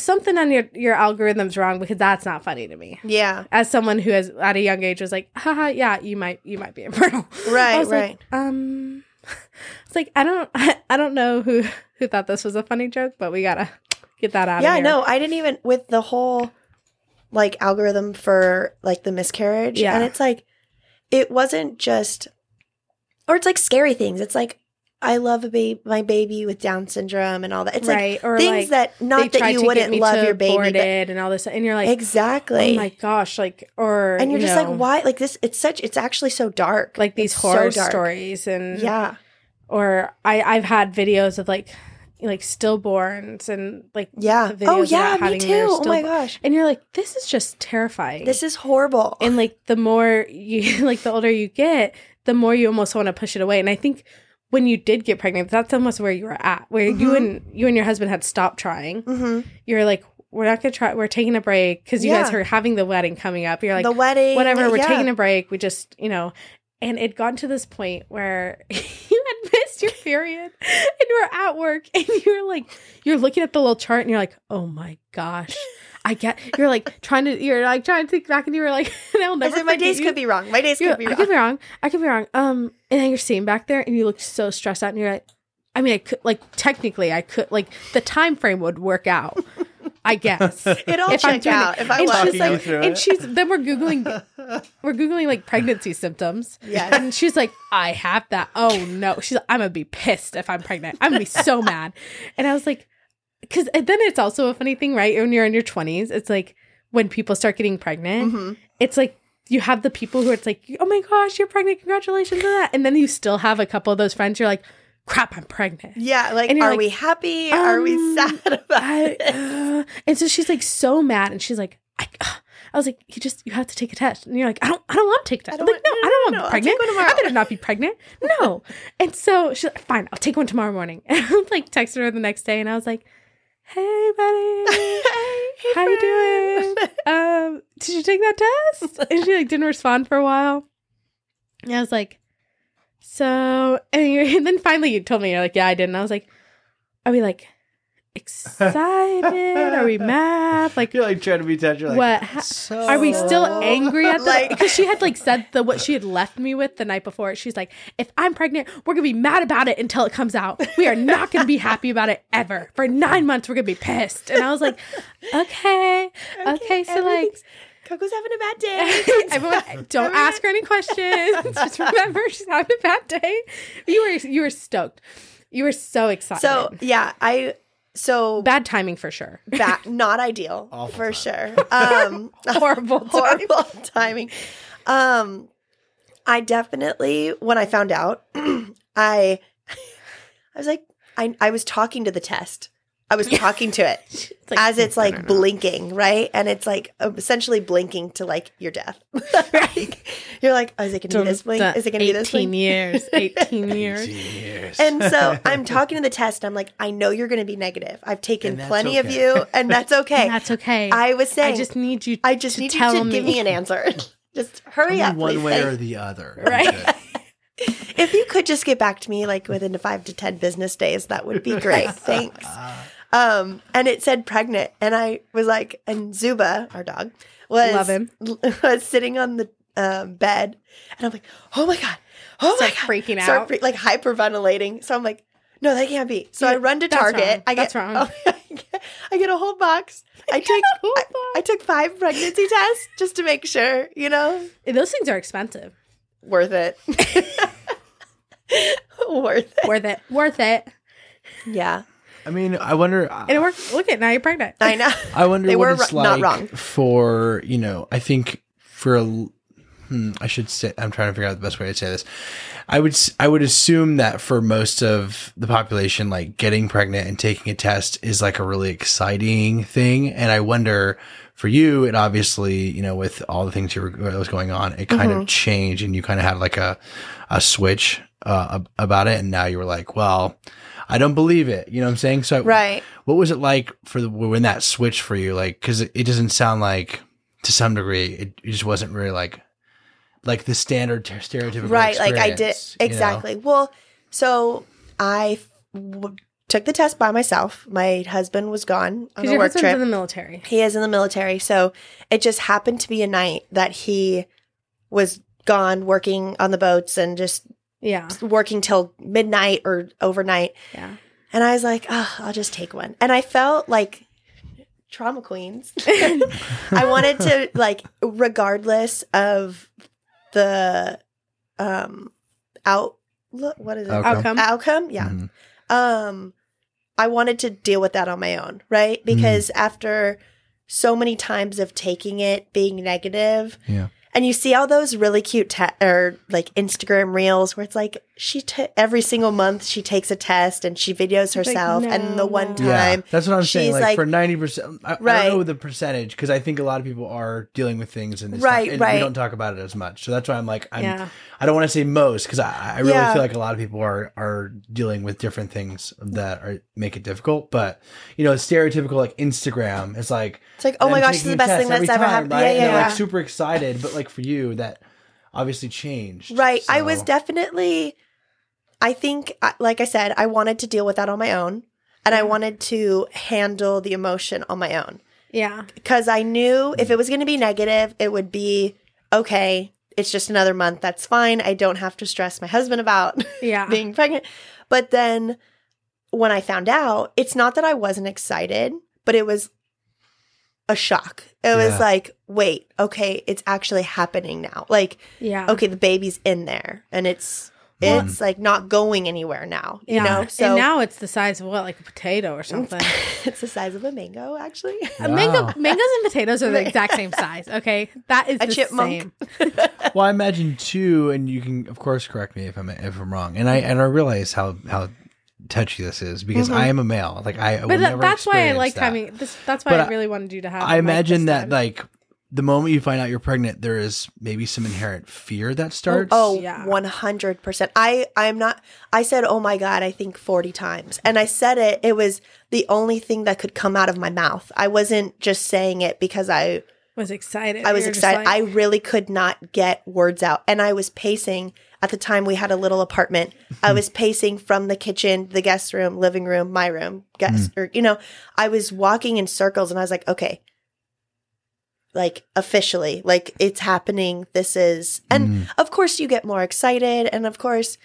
Speaker 2: something on your your algorithm's wrong because that's not funny to me.
Speaker 3: yeah.
Speaker 2: As someone who has at a young age was like, haha, yeah, you might you might be infertile. I
Speaker 3: Right,
Speaker 2: was
Speaker 3: right.
Speaker 2: Like, um, it's like I don't I, don't know who who thought this was a funny joke, but we gotta get that out.
Speaker 3: yeah,
Speaker 2: of here.
Speaker 3: no, I didn't even with the whole like algorithm for like the miscarriage.
Speaker 2: Yeah.
Speaker 3: And it's like it wasn't just or it's like scary things. It's like I love a baby, my baby with Down syndrome and all that. It's like
Speaker 2: right or
Speaker 3: things
Speaker 2: like,
Speaker 3: that
Speaker 2: they
Speaker 3: not that
Speaker 2: tried to
Speaker 3: you
Speaker 2: get
Speaker 3: wouldn't
Speaker 2: me
Speaker 3: love
Speaker 2: to
Speaker 3: your baby,
Speaker 2: board
Speaker 3: but
Speaker 2: it and all this, and you're like,
Speaker 3: exactly.
Speaker 2: oh my gosh, like or
Speaker 3: and you're
Speaker 2: you
Speaker 3: just
Speaker 2: know,
Speaker 3: like, why? Like this? It's such. It's actually so dark.
Speaker 2: like these
Speaker 3: It's so
Speaker 2: horror
Speaker 3: dark.
Speaker 2: stories and
Speaker 3: Yeah,
Speaker 2: or I I've had videos of like like stillborns and like
Speaker 3: yeah.
Speaker 2: The
Speaker 3: Oh
Speaker 2: videos
Speaker 3: yeah,
Speaker 2: about
Speaker 3: me
Speaker 2: having
Speaker 3: too.
Speaker 2: their
Speaker 3: Oh my
Speaker 2: stillborn-
Speaker 3: gosh,
Speaker 2: and you're like this is just terrifying.
Speaker 3: this is horrible.
Speaker 2: and like the more you like the older you get, the more you almost want to push it away. And I think when you did get pregnant, that's almost where you were at, where you
Speaker 3: Mhm.
Speaker 2: and you and your husband had stopped trying.
Speaker 3: hmm
Speaker 2: You're like we're not gonna try. We're taking a break because you guys
Speaker 3: Yeah.
Speaker 2: are having the wedding coming up. You're like
Speaker 3: the wedding,
Speaker 2: whatever we're
Speaker 3: yeah.
Speaker 2: taking a break we just you know and it got to this point where you had missed your period and you were at work and you're like you're looking at the little chart and you're like oh my gosh i get you're like trying to you're like trying to think back and you were like and i'll
Speaker 3: I
Speaker 2: never
Speaker 3: said, my
Speaker 2: forget
Speaker 3: days
Speaker 2: you.
Speaker 3: could be wrong. My days
Speaker 2: You're
Speaker 3: could
Speaker 2: like,
Speaker 3: be
Speaker 2: i could
Speaker 3: wrong.
Speaker 2: be wrong i could be wrong um and then you're sitting back there and you look so stressed out and you're like i mean i could like technically i could like the time frame would work out i guess
Speaker 3: It'll
Speaker 2: if I'm
Speaker 3: check
Speaker 2: doing it.
Speaker 3: out if I
Speaker 2: and
Speaker 3: look.
Speaker 2: she's
Speaker 4: Walking you
Speaker 2: like,
Speaker 4: through
Speaker 2: and
Speaker 4: it.
Speaker 2: she's then we're googling, we're googling like pregnancy symptoms.
Speaker 3: Yes.
Speaker 2: and she's like, I have that. Oh no, she's like, I'm gonna be pissed if I'm pregnant. I'm gonna be so mad. And I was like, because then it's also a funny thing, right? When you're in your 20s, it's like when people start getting pregnant,
Speaker 3: Mhm.
Speaker 2: it's like. You have the people who are it's like, oh my gosh, you're pregnant, congratulations on that. And then you still have a couple of those friends, you're like, crap, I'm pregnant.
Speaker 3: Yeah, like,
Speaker 2: And
Speaker 3: are
Speaker 2: you're like,
Speaker 3: we happy? are we
Speaker 2: um,
Speaker 3: sad about
Speaker 2: I,
Speaker 3: it?
Speaker 2: uh, and so she's like so mad, and she's like, I, uh, I was like, you just you have to take a test, and you're like, I don't, I don't want to take a test.
Speaker 3: don't
Speaker 2: I'm like, no,
Speaker 3: want-
Speaker 2: I don't
Speaker 3: no,
Speaker 2: want
Speaker 3: no, no, I'll
Speaker 2: to be
Speaker 3: take one
Speaker 2: pregnant.
Speaker 3: tomorrow."
Speaker 2: I better not be pregnant. No. and so she's like, fine, I'll take one tomorrow morning. And I like texted her the next day, and I was like, hey, buddy. How you doing? Um, did you take that test? And she like didn't respond for a while. And I was like, so and, you- and then finally you told me you're like, yeah, I did. And I was like, are we like excited? are we mad? Like,
Speaker 4: You're like trying to be touchy. Like,
Speaker 2: What ha-
Speaker 4: "So-
Speaker 2: are we still angry at that?
Speaker 3: Oh. Like-
Speaker 2: Because she had like said the what she had left me with the night before. She's like, if I'm pregnant, we're gonna be mad about it until it comes out. We are not gonna be happy about it ever. For nine months, we're gonna be pissed. And I was like, okay, okay, so like.
Speaker 3: everything's- Coco's having a bad day.
Speaker 2: Everyone, don't ask her any questions. Just remember, she's having a bad day. You were you were stoked. You were so excited.
Speaker 3: so yeah, I so bad,
Speaker 2: bad timing for sure.
Speaker 3: not ideal
Speaker 4: Awful
Speaker 3: for sure. Um,
Speaker 2: Horrible. timing.
Speaker 3: horrible timing. Um, I definitely when I found out, I I was like, I I was talking to the test. I was talking to it.
Speaker 2: It's
Speaker 3: as it's like blinking, right? And it's like um, essentially blinking to like your death. like, you're like, oh, is it gonna be this blink? Is it gonna be this
Speaker 2: Eighteen
Speaker 3: blink?
Speaker 2: years. Eighteen years.
Speaker 4: Years.
Speaker 3: And so I'm talking to the test. I'm like, I know you're gonna be negative. I've taken
Speaker 4: And that's
Speaker 3: plenty of
Speaker 4: okay.
Speaker 3: you, and that's okay.
Speaker 2: That's okay. I,
Speaker 3: I was saying, I just,
Speaker 2: just need you. to
Speaker 3: need
Speaker 2: tell
Speaker 3: you to
Speaker 2: me.
Speaker 3: give me an answer. just hurry
Speaker 4: Only
Speaker 3: up,
Speaker 4: one
Speaker 3: please.
Speaker 4: way
Speaker 3: Like,
Speaker 4: or the other.
Speaker 2: Right.
Speaker 3: if you could just get back to me like within the five to ten business days, that would be great. Thanks. Um, and it said pregnant, and I was like, and Zuba, our dog, was
Speaker 2: Love him.
Speaker 3: was sitting on the um, bed, and I'm like, oh my god, oh
Speaker 2: Start
Speaker 3: my god,
Speaker 2: freaking
Speaker 3: Start
Speaker 2: out.
Speaker 3: fre- like hyperventilating. So I'm like, no, that can't be. So I
Speaker 2: Yeah,
Speaker 3: run to
Speaker 2: that's
Speaker 3: Target.
Speaker 2: wrong.
Speaker 3: I get
Speaker 2: That's wrong.
Speaker 3: I get- I get a whole box. I take.
Speaker 2: whole
Speaker 3: I, I
Speaker 2: box.
Speaker 3: took five pregnancy tests just to make sure, you know,
Speaker 2: Those things are expensive.
Speaker 3: worth it. worth it.
Speaker 2: Worth it. Worth it.
Speaker 3: Yeah.
Speaker 4: I mean, I wonder.
Speaker 2: And it worked. Look at now you're pregnant.
Speaker 3: I know.
Speaker 4: I wonder
Speaker 3: They
Speaker 4: what
Speaker 3: were
Speaker 4: it's
Speaker 3: ru- not
Speaker 4: like
Speaker 3: wrong.
Speaker 4: for you know. I think for a l- hmm, I should say I'm trying to figure out the best way to say this. I would s- I would assume that for most of the population, like getting pregnant and taking a test is like a really exciting thing, and I wonder for you and obviously you know with all the things you were that was going on, it kind
Speaker 3: Mm-hmm.
Speaker 4: of changed and you kind of had like a a switch uh, ab- about it, and now you were like, well. I don't believe it. You know what I'm saying? So I-
Speaker 3: Right.
Speaker 4: what was it like for the when that switched for you like because it, it doesn't sound like to some degree it, it just wasn't really like like the standard ter- stereotypical
Speaker 3: Right. Like I did.
Speaker 4: experience, you know?
Speaker 3: Exactly. Well, so I w- took the test by myself. My husband was gone on
Speaker 2: Because
Speaker 3: a
Speaker 2: your
Speaker 3: work
Speaker 2: husband's
Speaker 3: trip.
Speaker 2: in the military.
Speaker 3: he is in the military, so it just happened to be a night that he was gone working on the boats and just
Speaker 2: Yeah.
Speaker 3: working till midnight or overnight.
Speaker 2: Yeah.
Speaker 3: And I was like, oh, I'll just take one. And I felt like trauma queens. I wanted to like, regardless of the um outlook, what is it?
Speaker 4: Outcome.
Speaker 2: Outcome.
Speaker 3: Outcome, yeah.
Speaker 4: Mhm.
Speaker 3: Um, I wanted to deal with that on my own, right?
Speaker 4: Mm-hmm.
Speaker 3: Because after so many times of taking it being negative,
Speaker 4: Yeah.
Speaker 3: and you see all those really cute te- or like Instagram reels where it's like she t- every single month she takes a test and she videos
Speaker 2: like,
Speaker 3: herself, and the
Speaker 2: no,
Speaker 3: one
Speaker 2: no.
Speaker 3: time.
Speaker 2: Yeah.
Speaker 4: That's what I'm
Speaker 3: she's
Speaker 4: saying. Like,
Speaker 3: like-
Speaker 4: for ninety percent, I, I
Speaker 3: Right.
Speaker 4: don't know the percentage because I think a lot of people are dealing with things and, it's
Speaker 3: Right,
Speaker 4: not, and
Speaker 3: right.
Speaker 4: we don't talk about it as much. So that's why I'm like, I'm,
Speaker 2: Yeah.
Speaker 4: I don't want to say most because I, I really
Speaker 3: Yeah.
Speaker 4: feel like a lot of people are are dealing with different things that are make it difficult. But you know, stereotypical like Instagram, it's like
Speaker 3: It's like, oh my
Speaker 4: them
Speaker 3: gosh, this is
Speaker 4: taking
Speaker 3: the
Speaker 4: a
Speaker 3: best
Speaker 4: test
Speaker 3: thing that's
Speaker 4: every
Speaker 3: ever
Speaker 4: time,
Speaker 3: happened.
Speaker 4: Right?
Speaker 3: Yeah,
Speaker 4: And
Speaker 3: yeah,
Speaker 4: they're
Speaker 3: yeah.
Speaker 4: like super excited, but like for you, that obviously changed.
Speaker 3: Right. I was
Speaker 4: So-
Speaker 3: definitely, I think, I- like I said, I wanted to deal with that on my own and I
Speaker 4: Mm-hmm.
Speaker 3: wanted to handle the emotion on my own
Speaker 2: Yeah.
Speaker 3: because I knew
Speaker 4: Mm.
Speaker 3: if it was going to be negative, it would be okay. It's just another month. That's fine. I don't have to stress my husband about
Speaker 2: Yeah.
Speaker 3: being pregnant. But then when I found out, it's not that I wasn't excited, but it was a shock. It was
Speaker 4: Yeah.
Speaker 3: like, wait, okay, it's actually happening now. Like,
Speaker 2: Yeah.
Speaker 3: okay, the baby's in there and it's it's like not going anywhere now. You
Speaker 2: Yeah.
Speaker 3: know? So
Speaker 2: and now it's the size of what, like a potato or something.
Speaker 3: it's the size of a mango, actually.
Speaker 2: A Mango,
Speaker 4: Wow.
Speaker 2: mangoes and potatoes are the exact same size. Okay, that is
Speaker 3: A
Speaker 2: the
Speaker 3: chipmunk.
Speaker 2: same.
Speaker 4: well, I imagine too, and you can, of course, correct me if I'm if I'm wrong. And I and I realize how how touchy this is because
Speaker 3: Mm-hmm.
Speaker 4: I am a male. Like I,
Speaker 2: But that, that's why I
Speaker 4: like
Speaker 2: liked
Speaker 4: having.
Speaker 2: having this. That's why
Speaker 4: But
Speaker 2: I
Speaker 4: I-
Speaker 2: really wanted you to have.
Speaker 4: I
Speaker 2: Mike
Speaker 4: imagine
Speaker 2: this
Speaker 4: that
Speaker 2: time.
Speaker 4: like the moment you find out you're pregnant, there is maybe some inherent fear that starts.
Speaker 3: Oh,
Speaker 2: Yeah.
Speaker 3: 100%. I I'm not I said, "Oh my god," I think 40 times. And I said it it was the only thing that could come out of my mouth. I wasn't just saying it because I
Speaker 2: was excited.
Speaker 3: I was
Speaker 2: You're just
Speaker 3: excited. I
Speaker 2: like-
Speaker 3: really could not get words out. And I was pacing at the time we had a little apartment. I
Speaker 2: Hmm.
Speaker 3: was pacing from the kitchen, the guest room, living room, my room, guest
Speaker 2: Hmm.
Speaker 3: or you know, I was walking in circles and I was like, okay. Like officially, like it's happening. This is and
Speaker 2: Hmm.
Speaker 4: Mm-hmm.
Speaker 3: of course you get more excited and of course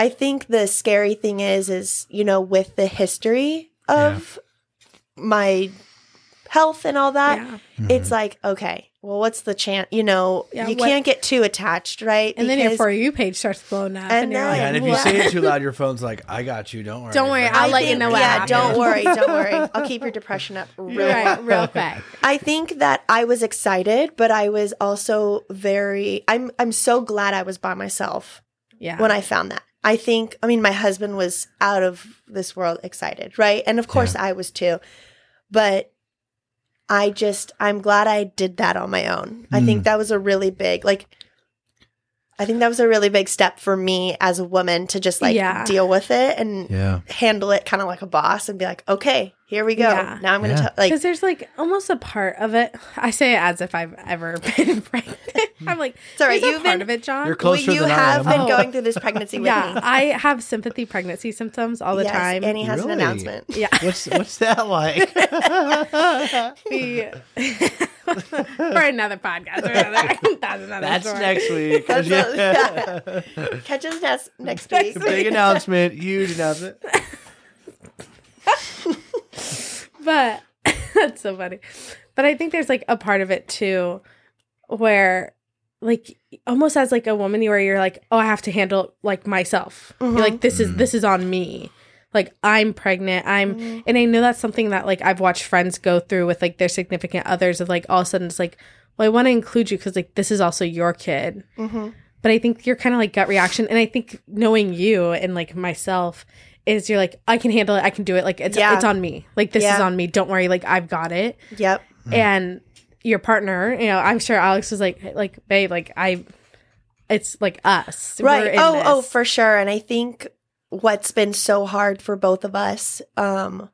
Speaker 3: I think the scary thing is is, you know, with the history of my health and all that
Speaker 2: Yeah.
Speaker 4: Mm-hmm.
Speaker 3: it's like okay well what's the chance you know
Speaker 2: Yeah,
Speaker 3: you
Speaker 2: what-
Speaker 3: can't get too attached right
Speaker 2: and then your
Speaker 3: Because-
Speaker 2: for you page starts blowing up,
Speaker 3: I
Speaker 2: and you're
Speaker 3: know.
Speaker 2: like,
Speaker 4: yeah, and if you
Speaker 2: "What?"
Speaker 4: say it too loud, your phone's like, "I got you. Don't worry.
Speaker 2: Don't worry,
Speaker 4: Right?
Speaker 2: I'll
Speaker 3: I
Speaker 2: let you
Speaker 3: think-
Speaker 2: know what
Speaker 3: yeah
Speaker 2: happened.
Speaker 3: don't worry don't worry i'll keep your depression up real
Speaker 2: right, real quick.
Speaker 3: I think that I was excited, but I was also very I'm I'm so glad I was by myself
Speaker 2: Yeah,
Speaker 3: when I found that. I think I mean my husband was out of this world excited, right? And of course I was too. But I just I'm glad I did that on my own. I
Speaker 4: Mm.
Speaker 3: think that was a really big like I think that was a really big step for me as a woman to just like
Speaker 2: Yeah.
Speaker 3: deal with it and
Speaker 4: Yeah.
Speaker 3: handle it kind of like a boss and be like, "Okay, here we go.
Speaker 2: Yeah.
Speaker 3: Now I'm going to
Speaker 4: Yeah.
Speaker 3: tell like
Speaker 2: because there's like almost a part of it. I say it as if I've ever been pregnant. I'm like,
Speaker 3: It's all right,
Speaker 2: there's a
Speaker 3: you've
Speaker 2: part
Speaker 3: been-
Speaker 2: of it, John.
Speaker 4: You're closer
Speaker 3: well, you
Speaker 4: than
Speaker 3: have
Speaker 4: I am.
Speaker 3: been
Speaker 2: Oh.
Speaker 3: going through this pregnancy with
Speaker 2: yeah,
Speaker 3: me.
Speaker 2: I have sympathy pregnancy symptoms all the
Speaker 3: yes,
Speaker 2: time.
Speaker 3: Annie has
Speaker 4: Really?
Speaker 3: an announcement.
Speaker 2: yeah,
Speaker 4: What's what's that like?
Speaker 2: the for another podcast. Or another, that's another
Speaker 4: That's
Speaker 2: story.
Speaker 4: next week.
Speaker 3: That's
Speaker 4: Yeah.
Speaker 3: a- Catch us next next week.
Speaker 4: Big announcement, huge announcement.
Speaker 2: But that's so funny. But I think there's like a part of it too where like almost as like a woman where you're like, oh, I have to handle like myself. You're like, this is this is on me. Like I'm pregnant. I'm and I know that's something that like I've watched friends go through with like their significant others of like all of a sudden it's like, well, I want to include you because like this is also your kid.
Speaker 3: Mm-hmm.
Speaker 2: But I think you're kind of like gut reaction. And I think knowing you and like myself is you're like, I can handle it. I can do it. Like it's
Speaker 3: Yeah.
Speaker 2: it's on me. Like this is
Speaker 3: Yeah.
Speaker 2: on me. Don't worry. Like I've got it.
Speaker 3: Yep.
Speaker 2: And your partner, you know, I'm sure Alex was like, like babe, like I, it's like us. We're
Speaker 3: Right.
Speaker 2: in
Speaker 3: Oh,
Speaker 2: this.
Speaker 3: oh, for sure. And I think what's been so hard for both of us um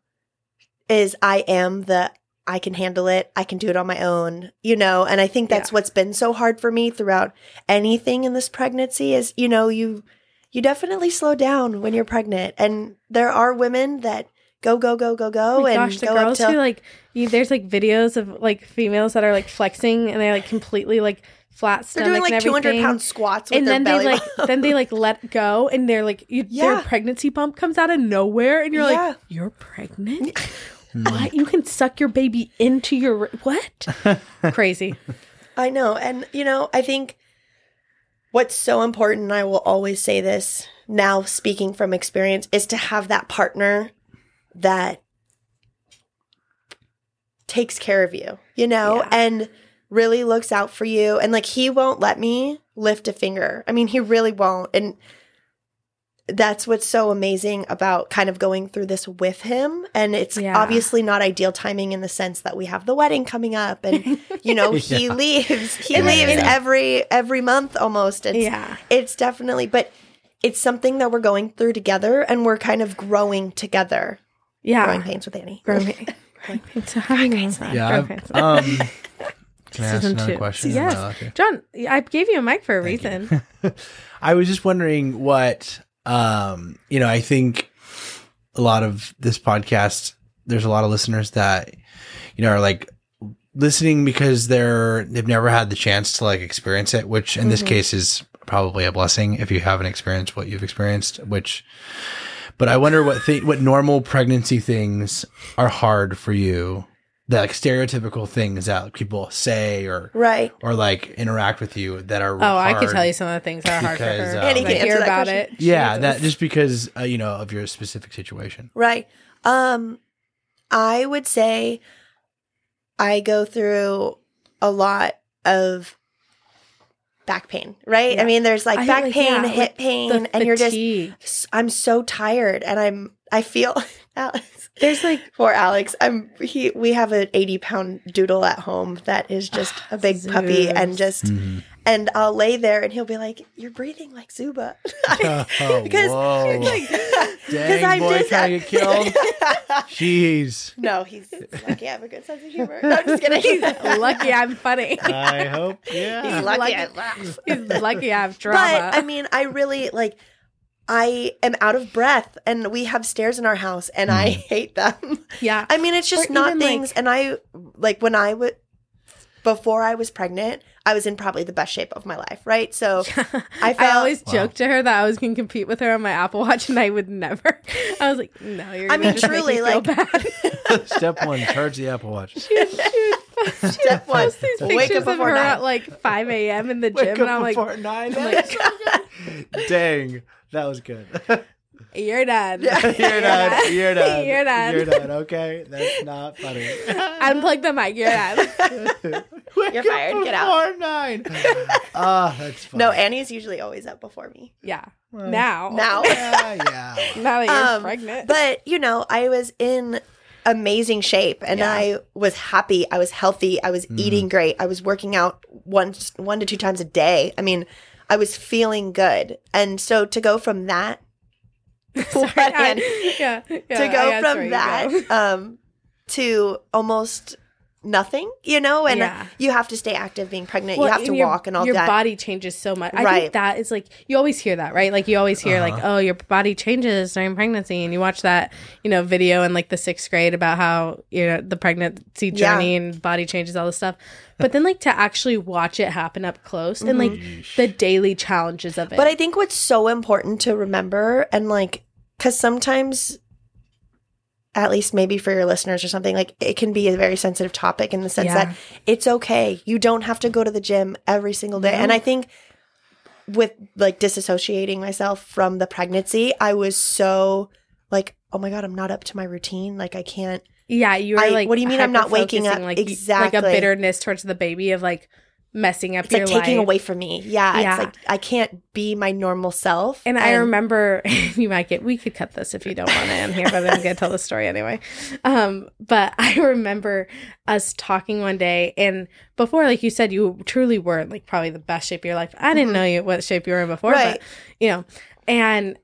Speaker 3: is I am the I can handle it. I can do it on my own, you know, and I think that's what's been so hard for me throughout anything in this pregnancy is, you know, you you definitely slow down when you're pregnant. And there are women that go, go, go, go, go,
Speaker 2: Oh my
Speaker 3: and
Speaker 2: gosh, the
Speaker 3: go up
Speaker 2: girls
Speaker 3: till
Speaker 2: who like you, there's like videos of like females that are like flexing and they like completely like flat
Speaker 3: they're
Speaker 2: stomach
Speaker 3: doing
Speaker 2: and
Speaker 3: like 200
Speaker 2: everything.
Speaker 3: pound squats with
Speaker 2: and
Speaker 3: their
Speaker 2: then they
Speaker 3: belly.
Speaker 2: like then they like let go and they're like you,
Speaker 3: Yeah.
Speaker 2: their pregnancy bump comes out of nowhere and you're
Speaker 3: Yeah.
Speaker 2: like you're pregnant
Speaker 4: Mm.
Speaker 2: what you can suck your baby into your what crazy
Speaker 3: I know. And, you know, I think what's so important, and I will always say this now, speaking from experience, is to have that partner that takes care of you, you know,
Speaker 2: Yeah.
Speaker 3: and really looks out for you. And, like, he won't let me lift a finger. I mean, he really won't. And, that's what's so amazing about kind of going through this with him and it's
Speaker 2: Yeah.
Speaker 3: obviously not ideal timing in the sense that we have the wedding coming up and you know he
Speaker 4: Yeah.
Speaker 3: leaves he
Speaker 4: Yeah,
Speaker 3: leaves
Speaker 4: yeah.
Speaker 3: every every month almost it's
Speaker 2: yeah
Speaker 3: it's definitely but it's something that we're going through together and we're kind of growing together growing
Speaker 2: yeah
Speaker 3: pains with annie
Speaker 2: growing pains growing pains growing
Speaker 4: Yeah. I've-
Speaker 2: pains
Speaker 4: um, can I ask
Speaker 2: Season
Speaker 4: another
Speaker 2: two.
Speaker 4: question? Oh,
Speaker 2: Season
Speaker 4: Am I
Speaker 2: two.
Speaker 4: allowed to?
Speaker 2: John, I gave you a mic for a reason.
Speaker 4: I was just wondering what um you know, I think a lot of this podcast there's a lot of listeners that you know are like listening because they're they've never had the chance to like experience it, which in this
Speaker 2: Mm-hmm.
Speaker 4: case is probably a blessing if you haven't experienced what you've experienced, which but I wonder what th- what normal pregnancy things are hard for you. The like stereotypical things that people say or
Speaker 3: right
Speaker 4: or like interact with you that are
Speaker 2: Oh, I could
Speaker 4: hard.
Speaker 2: tell you some of the things that are hard
Speaker 4: Because,
Speaker 2: for her.
Speaker 4: um, Annie
Speaker 2: I
Speaker 4: can
Speaker 2: hear
Speaker 3: answer that
Speaker 2: about
Speaker 3: question.
Speaker 2: it.
Speaker 4: Yeah,
Speaker 2: Jesus.
Speaker 4: that just because uh, you know of your specific situation.
Speaker 3: right um i would say i go through a lot of back pain right i
Speaker 2: Yeah.
Speaker 3: mean there's like
Speaker 2: I-
Speaker 3: back
Speaker 2: like,
Speaker 3: pain
Speaker 2: yeah,
Speaker 3: hip
Speaker 2: like,
Speaker 3: pain
Speaker 2: The
Speaker 3: and you're just
Speaker 2: fatigue.
Speaker 3: s- I'm so tired and I'm I feel Alex
Speaker 2: there's like
Speaker 3: poor Alex. I'm he we have an 80 pound doodle at home that is just a big puppy and
Speaker 2: Zeus.
Speaker 3: just
Speaker 4: Mm-hmm.
Speaker 3: and I'll lay there and he'll be like, You're breathing like Zuba. Because
Speaker 4: Oh, Whoa.
Speaker 3: because I'm just
Speaker 4: Jeez.
Speaker 3: no, he's lucky I have a good sense of humor. No, I'm just kidding. He's
Speaker 2: lucky I'm funny.
Speaker 4: I hope. Yeah.
Speaker 3: lucky,
Speaker 2: lucky.
Speaker 3: I laugh.
Speaker 2: He's lucky I have drama.
Speaker 3: But I mean, I really like I am out of breath and we have stairs in our house and I hate them.
Speaker 2: yeah.
Speaker 3: I mean, it's just
Speaker 2: Or
Speaker 3: not
Speaker 2: even, like-
Speaker 3: things. and I like when I would before I was pregnant, I was in probably the best shape of my life, right? So I felt
Speaker 2: I always
Speaker 4: Wow.
Speaker 2: joke to her that I was going to compete with her on my Apple Watch, and I would never. I was like, "No, you're."
Speaker 3: I
Speaker 2: gonna
Speaker 3: mean,
Speaker 2: just make
Speaker 3: truly,
Speaker 2: me feel
Speaker 3: like-
Speaker 2: bad.
Speaker 4: Step one: charge the Apple Watch.
Speaker 3: step one.
Speaker 2: Post these
Speaker 3: Wake
Speaker 2: pictures of
Speaker 3: up
Speaker 2: her
Speaker 3: before nine.
Speaker 2: at like 5 a.m. in the gym, and I'm like,
Speaker 4: nine.
Speaker 2: like-
Speaker 4: Dang, that was good.
Speaker 2: "You're done."
Speaker 4: You're done. You're done.
Speaker 2: You're done.
Speaker 4: done. Okay, that's not funny.
Speaker 2: Unplug the mic. You're done.
Speaker 3: You're fired. Get out.
Speaker 4: Before nine. Ah, that's funny.
Speaker 3: No, Annie's usually always up before me.
Speaker 2: Yeah. eh,
Speaker 3: Mm.
Speaker 2: Now.
Speaker 3: Now.
Speaker 4: Yeah, yeah.
Speaker 2: Now that you're
Speaker 3: Um,
Speaker 2: pregnant.
Speaker 3: But, you know, I was in amazing shape and
Speaker 2: Yeah. Mm-hmm.
Speaker 3: I was happy. I was healthy. I was eating great. I was working out once one to two times a day. I mean, I was feeling good. And so to go from that
Speaker 2: Sorry,
Speaker 3: plan-
Speaker 2: I- yeah, yeah,
Speaker 3: to go
Speaker 2: I-
Speaker 3: from
Speaker 2: sorry, you
Speaker 3: that
Speaker 2: go.
Speaker 3: um to almost nothing, you know, and
Speaker 2: Yeah.
Speaker 3: you have to stay active being pregnant.
Speaker 2: Well,
Speaker 3: you have to
Speaker 2: and your-
Speaker 3: walk and all
Speaker 2: your
Speaker 3: that.
Speaker 2: body changes so much. I
Speaker 3: Right.
Speaker 2: think that is like you always hear that, right? Like you always hear like, oh, your body changes during pregnancy, and you watch that you know video in like the sixth grade about how you know the pregnancy
Speaker 3: Yeah.
Speaker 2: journey and body changes all this stuff. But then like to actually watch it happen up close and like the daily challenges of it.
Speaker 3: Mm-hmm. But I think what's so important to remember and like, because sometimes, at least maybe for your listeners or something, like it can be a very sensitive topic in the sense
Speaker 2: Yeah.
Speaker 3: that it's okay. You don't have to go to the gym every single day. And I think with like disassociating myself from the pregnancy, I was so like, oh my God, I'm not up to my routine. Like, I can't.
Speaker 2: yeah, you were
Speaker 3: I-
Speaker 2: like,
Speaker 3: what do you mean I'm not waking up?
Speaker 2: hyper-focusing, Like, you-
Speaker 3: Exactly.
Speaker 2: like a bitterness towards the baby of like messing up
Speaker 3: It's
Speaker 2: your
Speaker 3: like taking
Speaker 2: life.
Speaker 3: away from me. Yeah,
Speaker 2: Yeah.
Speaker 3: It's like I can't be my normal self.
Speaker 2: And I remember you might get we could cut this if you don't want it in here, but I'm gonna tell the story anyway. Um, but I remember us talking one day, and before, like you said, you truly were in, like probably the best shape of your life. I didn't know you what shape you were in before,
Speaker 3: Right.
Speaker 2: but you know, and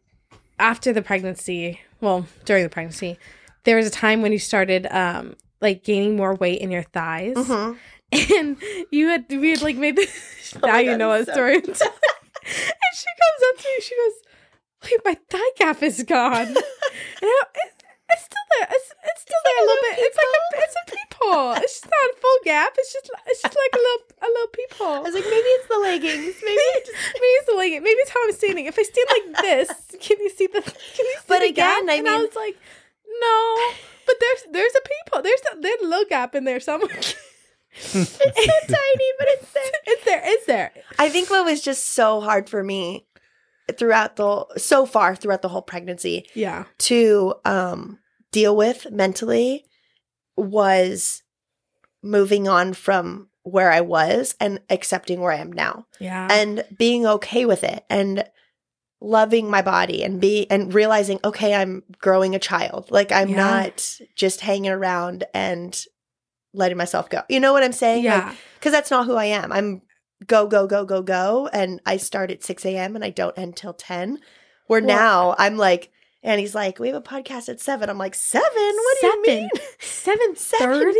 Speaker 2: after the pregnancy, well, during the pregnancy, there was a time when you started um like gaining more weight in your thighs,
Speaker 3: Mhm.
Speaker 2: and you had we had like made this. now you
Speaker 3: God,
Speaker 2: know
Speaker 3: I'm
Speaker 2: what
Speaker 3: so-
Speaker 2: story. I'm telling. and she comes up to me. She goes, wait, my thigh gap is gone. and I, it, it's still there. It's, it's still there a little bit. It's like a it's a peephole. It's just not a full gap. It's just li- it's just like a little a little
Speaker 3: I
Speaker 2: peephole.
Speaker 3: was like, maybe it's the leggings. Maybe.
Speaker 2: Maybe, maybe it's the leg. Maybe it's how I'm standing. If I stand like this, can you see the? Can you see
Speaker 3: But
Speaker 2: the
Speaker 3: again,
Speaker 2: gap?
Speaker 3: I
Speaker 2: and I
Speaker 3: mean-
Speaker 2: was like, no. But there's there's a peephole. There's a, there's a little gap in there somewhere.
Speaker 3: it's so tiny, but it's there.
Speaker 2: it's there. It's there.
Speaker 3: I think what was just so hard for me throughout the so far throughout the whole pregnancy
Speaker 2: Yeah.
Speaker 3: to um deal with mentally was moving on from where I was and accepting where I am now
Speaker 2: Yeah.
Speaker 3: and being okay with it and loving my body and be and realizing okay I'm growing a child like I'm
Speaker 2: Yeah.
Speaker 3: not just hanging around and letting myself go you know what I'm saying Like,
Speaker 2: yeah.
Speaker 3: because that's not who I am. I'm go, go, go, go, go. And I start at 6 a.m. and I don't end till 10. Where
Speaker 2: Well-
Speaker 3: now I'm like, and he's like, we have a podcast at 7. I'm like, 7? What do you mean?
Speaker 2: Seven
Speaker 3: 7.30?
Speaker 2: thirty?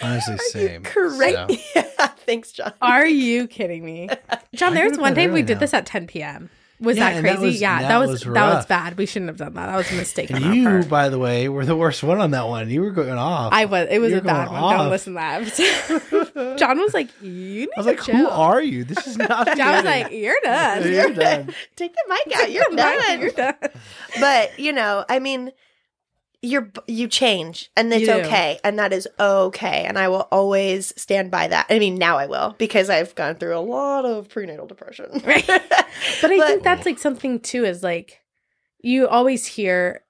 Speaker 4: Honestly, same.
Speaker 3: Correct.
Speaker 4: So,
Speaker 3: Yeah. Thanks, John.
Speaker 2: Are you kidding me, John?
Speaker 4: I
Speaker 2: There
Speaker 4: go
Speaker 2: was
Speaker 4: to
Speaker 2: one
Speaker 4: bed
Speaker 2: day we
Speaker 4: early
Speaker 2: did
Speaker 4: now.
Speaker 2: this at 10 p.m. Was
Speaker 4: Yeah,
Speaker 2: that
Speaker 4: and that
Speaker 2: crazy?
Speaker 4: was-
Speaker 2: yeah,
Speaker 4: that
Speaker 2: that was,
Speaker 4: was
Speaker 2: that was
Speaker 4: rough.
Speaker 2: bad. We shouldn't have done that. That was a mistake. on our
Speaker 4: you,
Speaker 2: part.
Speaker 4: by the way, were the worst one on that one. You were going off.
Speaker 2: I was. It was
Speaker 4: You're
Speaker 2: a bad one.
Speaker 4: going
Speaker 2: Don't
Speaker 4: off.
Speaker 2: listen to that. John was like, "You need
Speaker 4: I was like,
Speaker 2: to
Speaker 4: who
Speaker 2: chill."
Speaker 4: are you? This is not.
Speaker 2: John was
Speaker 4: good.
Speaker 2: like, "You're done.
Speaker 4: You're done.
Speaker 3: Take the mic out. You're
Speaker 2: You're done.
Speaker 3: done.
Speaker 2: You're done."
Speaker 3: but, you know, I mean, you're you change and it's
Speaker 2: You do.
Speaker 3: okay and that is okay and i will always stand by that i mean now i will because i've gone through a lot of prenatal depression Mm-hmm.
Speaker 2: Right. but I
Speaker 3: But-
Speaker 2: think that's like something too is like you always hear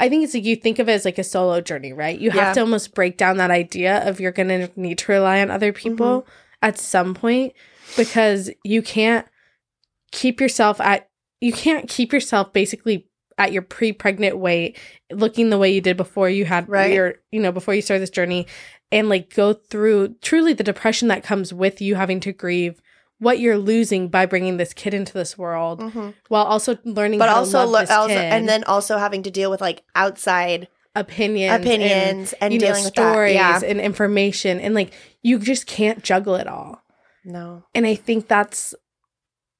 Speaker 2: I think it's like you think of it as like a solo journey, right? You
Speaker 3: Yeah.
Speaker 2: have to almost break down that idea of you're going to need to rely on other
Speaker 3: Mm-hmm.
Speaker 2: people at some point because you can't keep yourself at you can't keep yourself basically at your pre-pregnant weight looking the way you did before you had
Speaker 3: Right.
Speaker 2: your you know before you started this journey and like go through truly the depression that comes with you having to grieve what you're losing by bringing this kid into this world
Speaker 3: Mhm.
Speaker 2: while also learning
Speaker 3: but
Speaker 2: how
Speaker 3: also,
Speaker 2: to love
Speaker 3: lo-
Speaker 2: this
Speaker 3: also
Speaker 2: kid,
Speaker 3: and then also having to deal with like outside
Speaker 2: opinions and,
Speaker 3: opinions and,
Speaker 2: you know,
Speaker 3: dealing with
Speaker 2: stories
Speaker 3: that. Yeah.
Speaker 2: and information and like you just can't juggle it all
Speaker 3: No.
Speaker 2: and i think that's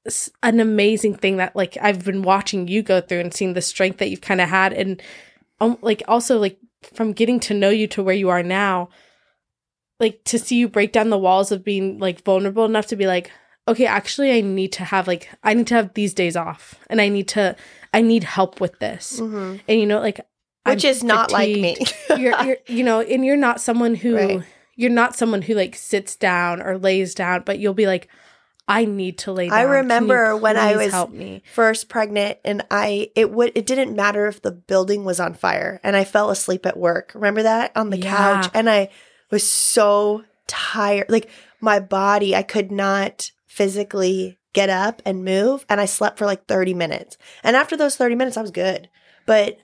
Speaker 2: s- an amazing thing that like i've been watching you go through and seeing the strength that you've kind of had and um, like also like from getting to know you to where you are now like to see you break down the walls of being like vulnerable enough to be like okay actually i need to have like i need to have these days off and i need to i need help with this
Speaker 3: Mhm.
Speaker 2: and you know like
Speaker 3: Which
Speaker 2: I'm
Speaker 3: is not like
Speaker 2: fatigued.
Speaker 3: me.
Speaker 2: you're, you're you know and you're not someone who
Speaker 3: Right.
Speaker 2: you're not someone who like sits down or lays down but you'll be like i need to lay down
Speaker 3: I
Speaker 2: Can you
Speaker 3: remember when I
Speaker 2: please
Speaker 3: was-
Speaker 2: help me
Speaker 3: First pregnant and I it would it didn't matter if the building was on fire and I fell asleep at work. Remember that? On the
Speaker 2: Yeah.
Speaker 3: couch and I was so tired. Like my body, I could not physically get up and move and I slept for like 30 minutes. And after those 30 minutes I was good. But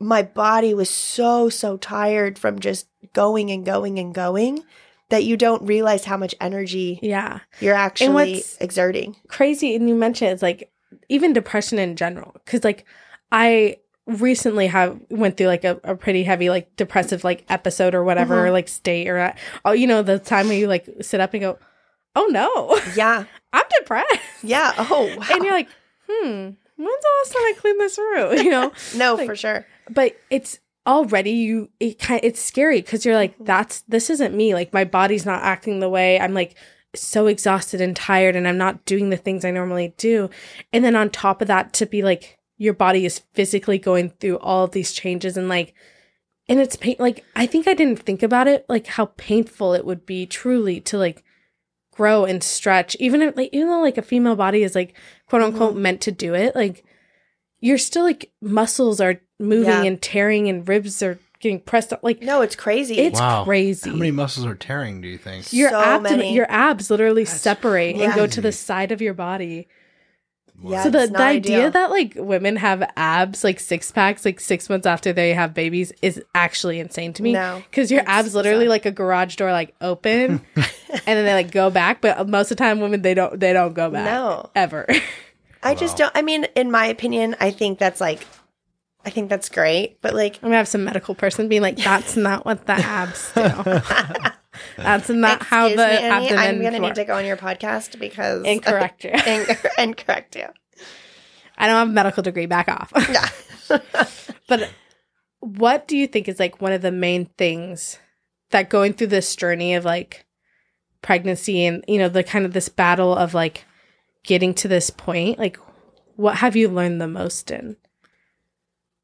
Speaker 3: my body was so so tired from just going and going and going that you don't realize how much energy
Speaker 2: yeah
Speaker 3: you're actually
Speaker 2: what's-
Speaker 3: exerting.
Speaker 2: crazy and you mentioned it's like even depression in general because like i recently have went through like a, a pretty heavy like depressive like episode or whatever or like state or uh, oh you know the time where you like sit up and go oh no
Speaker 3: Yeah.
Speaker 2: i'm depressed
Speaker 3: Yeah. Oh, wow.
Speaker 2: and you're like hmm when's the last time i cleaned this room you know
Speaker 3: no,
Speaker 2: like-
Speaker 3: for sure.
Speaker 2: but it's already you it kind it's scary because you're like that's this isn't me like my body's not acting the way i'm like so exhausted and tired and i'm not doing the things i normally do and then on top of that to be like your body is physically going through all of these changes and like and it's pain like i think i didn't think about it like how painful it would be truly to like grow and stretch even if like even though like a female body is like quote unquote meant to do it like you're still like muscles are moving
Speaker 3: Yeah.
Speaker 2: and tearing and ribs are getting pressed up like
Speaker 3: No, it's crazy.
Speaker 2: it's
Speaker 4: Wow.
Speaker 2: crazy
Speaker 4: How many muscles are tearing? Do you think?
Speaker 2: your
Speaker 3: So
Speaker 2: abdomen
Speaker 3: many.
Speaker 2: your abs literally
Speaker 4: That's
Speaker 2: separate and go to
Speaker 4: crazy.
Speaker 2: the side of your body
Speaker 3: Yeah,
Speaker 2: so the,
Speaker 3: it's
Speaker 2: the
Speaker 3: not
Speaker 2: idea
Speaker 3: ideal.
Speaker 2: that like women have abs like six packs like six months after they have babies is actually insane to me
Speaker 3: No.
Speaker 2: because your
Speaker 3: It's
Speaker 2: abs
Speaker 3: so
Speaker 2: literally
Speaker 3: sad.
Speaker 2: like a garage door like open and then they like go back but most of the time women they don't they don't go back
Speaker 3: No.
Speaker 2: ever
Speaker 3: I just don't. I mean, in my opinion, I think that's like, I think that's great. But like,
Speaker 2: I'm gonna have some medical person being like, "That's not what the abs do. That's not how
Speaker 3: excuse
Speaker 2: the
Speaker 3: me, Annie,
Speaker 2: abdomen
Speaker 3: I'm gonna need
Speaker 2: works."
Speaker 3: to go on your podcast because
Speaker 2: and correct you.
Speaker 3: and, and correct you.
Speaker 2: I don't have a medical degree. Back off.
Speaker 3: Yeah.
Speaker 2: But what do you think is like one of the main things that going through this journey of like pregnancy and you know the kind of this battle of like getting to this point like what have you learned the most in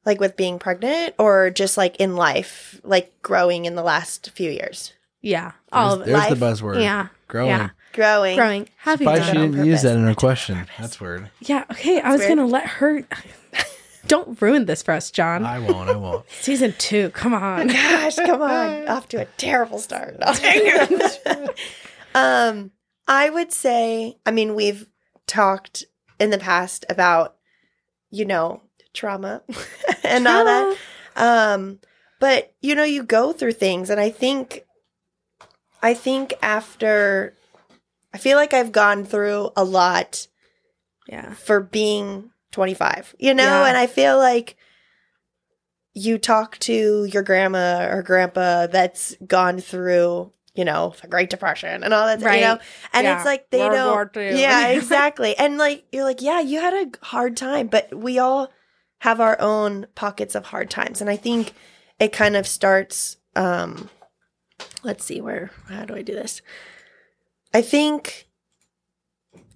Speaker 3: like with being pregnant or just like in life, like growing in the last few years.
Speaker 2: yeah all of
Speaker 4: there's
Speaker 2: it
Speaker 4: there's the
Speaker 3: life.
Speaker 4: buzzword.
Speaker 2: yeah
Speaker 4: Growing.
Speaker 2: yeah
Speaker 3: Growing.
Speaker 2: growing have you
Speaker 4: Why
Speaker 2: done
Speaker 4: she
Speaker 2: it on
Speaker 4: didn't use
Speaker 3: purpose.
Speaker 4: that in her question? That's weird.
Speaker 2: yeah okay i was
Speaker 3: weird.
Speaker 2: gonna let her don't ruin this for us john
Speaker 4: I won't. I won't.
Speaker 2: season two come on
Speaker 3: Gosh, come on. Off to a terrible start. um, I would say, I mean, we've talked in the past about, you know, trauma and all that. Um, but you know, you go through things, and I think, I think after, I feel like I've gone through a lot
Speaker 2: yeah
Speaker 3: for being 25, you know,
Speaker 2: Yeah.
Speaker 3: and I feel like you talk to your grandma or grandpa that's gone through, you know, the Great Depression and all that,
Speaker 2: Right.
Speaker 3: you know, and
Speaker 2: Yeah.
Speaker 3: it's like they
Speaker 2: World
Speaker 3: don't,
Speaker 2: War II.
Speaker 3: yeah, exactly. And like you're like, yeah, you had a hard time, but we all have our own pockets of hard times. And I think it kind of starts um let's see where how do I do this? I think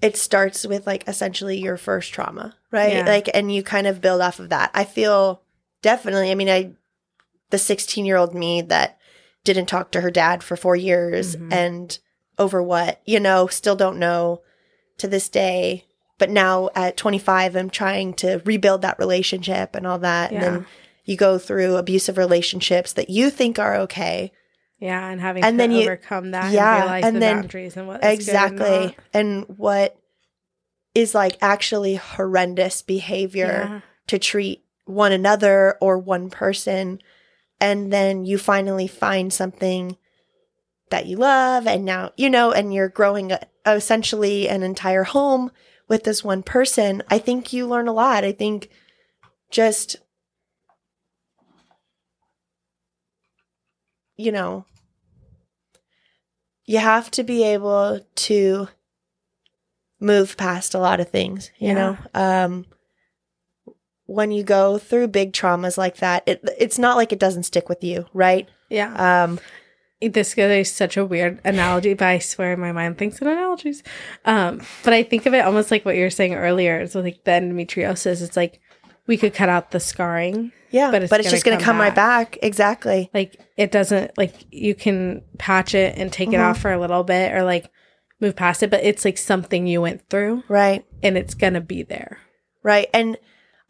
Speaker 3: it starts with like essentially your first trauma, right?
Speaker 2: Yeah.
Speaker 3: Like and you kind of build off of that. I feel definitely, I mean, I the 16-year-old me that didn't talk to her dad for 4 years
Speaker 2: Mhm.
Speaker 3: and over what, you know, still don't know to this day. But now at 25, I'm trying to rebuild that relationship and all that. And
Speaker 2: Yeah.
Speaker 3: then you go through abusive relationships that you think are okay.
Speaker 2: yeah and having
Speaker 3: And
Speaker 2: to
Speaker 3: then you-
Speaker 2: overcome that
Speaker 3: yeah,
Speaker 2: and realize
Speaker 3: and
Speaker 2: the
Speaker 3: then-
Speaker 2: boundaries and what
Speaker 3: exactly. And what is like actually horrendous behavior
Speaker 2: yeah.
Speaker 3: to treat one another or one person. And then you finally find something that you love. And now, you know, and you're growing uh, essentially an entire home with this one person. I think you learn a lot. I think just, you know, you have to be able to move past a lot of things, you
Speaker 2: Yeah.
Speaker 3: know? Um, when you go through big traumas like that, it, it's not like it doesn't stick with you, right?
Speaker 2: yeah
Speaker 3: Um,
Speaker 2: this is such a weird analogy, but I swear my mind thinks in analogies. Um, but I think of it almost like what you were saying earlier. It's like the endometriosis. It's like we could cut out the scarring.
Speaker 3: yeah,
Speaker 2: But
Speaker 3: but
Speaker 2: it's
Speaker 3: it's,
Speaker 2: gonna
Speaker 3: just going to
Speaker 2: come
Speaker 3: come right back. Exactly.
Speaker 2: Like it doesn't like you can patch it and take it
Speaker 3: Mhm.
Speaker 2: off for a little bit or like move past it, but it's like something you went through
Speaker 3: Right.
Speaker 2: and it's gonna be there.
Speaker 3: Right. And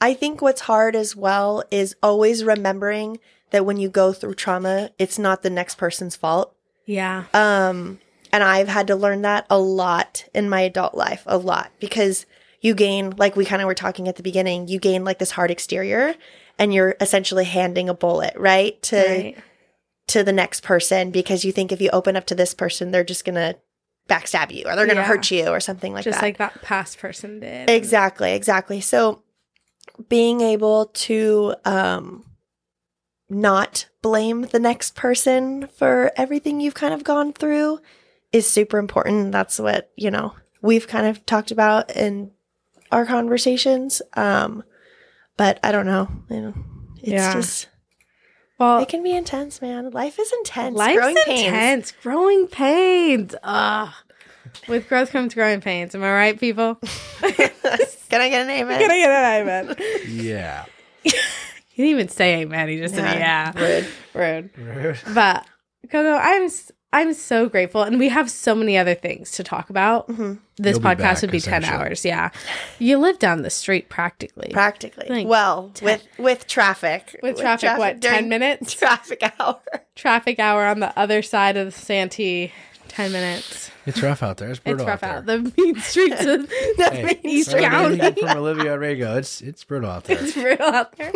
Speaker 3: I think what's hard as well is always remembering that when you go through trauma, it's not the next person's fault.
Speaker 2: Yeah.
Speaker 3: Um, and I've had to learn that a lot in my adult life, a lot, because you gain, like we kind of were talking at the beginning, you gain like this hard exterior and you're essentially handing a bullet, right? To,
Speaker 2: Right.
Speaker 3: to the next person because you think if you open up to this person, they're just going to backstab you or they're going to
Speaker 2: Yeah.
Speaker 3: hurt you or something like
Speaker 2: Just
Speaker 3: that.
Speaker 2: like that past person did.
Speaker 3: exactly, exactly. So being able to um, not blame the next person for everything you've kind of gone through is super important. That's what, you know, we've kind of talked about in our conversations. Um, but I don't know. You know it's
Speaker 2: Yeah.
Speaker 3: just,
Speaker 2: Well,
Speaker 3: it can be intense, man. Life is intense.
Speaker 2: Life's
Speaker 3: Growing pains.
Speaker 2: intense. Growing pains. Ugh. With growth comes growing pains. Am I right, people?
Speaker 3: Can I get an amen?
Speaker 2: Can I get an amen?
Speaker 4: Yeah.
Speaker 2: He didn't even say amen. He just said yeah.
Speaker 3: Rude.
Speaker 2: Rude. But Coco, I'm s- I'm so grateful, and we have so many other things to talk about.
Speaker 3: Mhm.
Speaker 2: This
Speaker 4: You'll be
Speaker 2: podcast
Speaker 4: back,
Speaker 2: would be ten
Speaker 4: essentially.
Speaker 2: hours. Yeah, you live down the street practically.
Speaker 3: Practically.
Speaker 2: Like,
Speaker 3: well, with with traffic.
Speaker 2: with traffic, what
Speaker 3: during
Speaker 2: ten minutes?
Speaker 3: Traffic hour.
Speaker 2: Traffic hour on the other side of the Santee. Ten minutes.
Speaker 4: It's rough out there. It's brutal
Speaker 2: it's rough out.
Speaker 4: there.
Speaker 2: The mean streets. Of,
Speaker 4: Hey,
Speaker 2: East
Speaker 4: from
Speaker 2: County.
Speaker 4: Olivia- From Olivia Rego. It's it's brutal out there.
Speaker 2: it's real out there.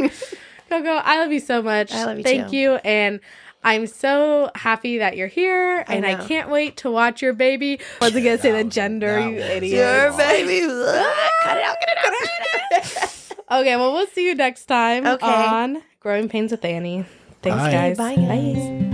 Speaker 2: Coco, I love you so much.
Speaker 3: I love you
Speaker 2: Thank
Speaker 3: too.
Speaker 2: you. And I'm so happy that you're here.
Speaker 3: I
Speaker 2: and I
Speaker 3: know.
Speaker 2: can't wait to watch your baby. Wasn't going to say the gender,
Speaker 4: that
Speaker 2: you
Speaker 4: was-
Speaker 2: idiot.
Speaker 3: Your baby. cut it out. Cut it out.
Speaker 2: Okay, well, we'll see you next time
Speaker 3: Okay.
Speaker 2: on Growing Pains with Annie. Thanks,
Speaker 4: Bye.
Speaker 2: guys.
Speaker 3: Bye, guys.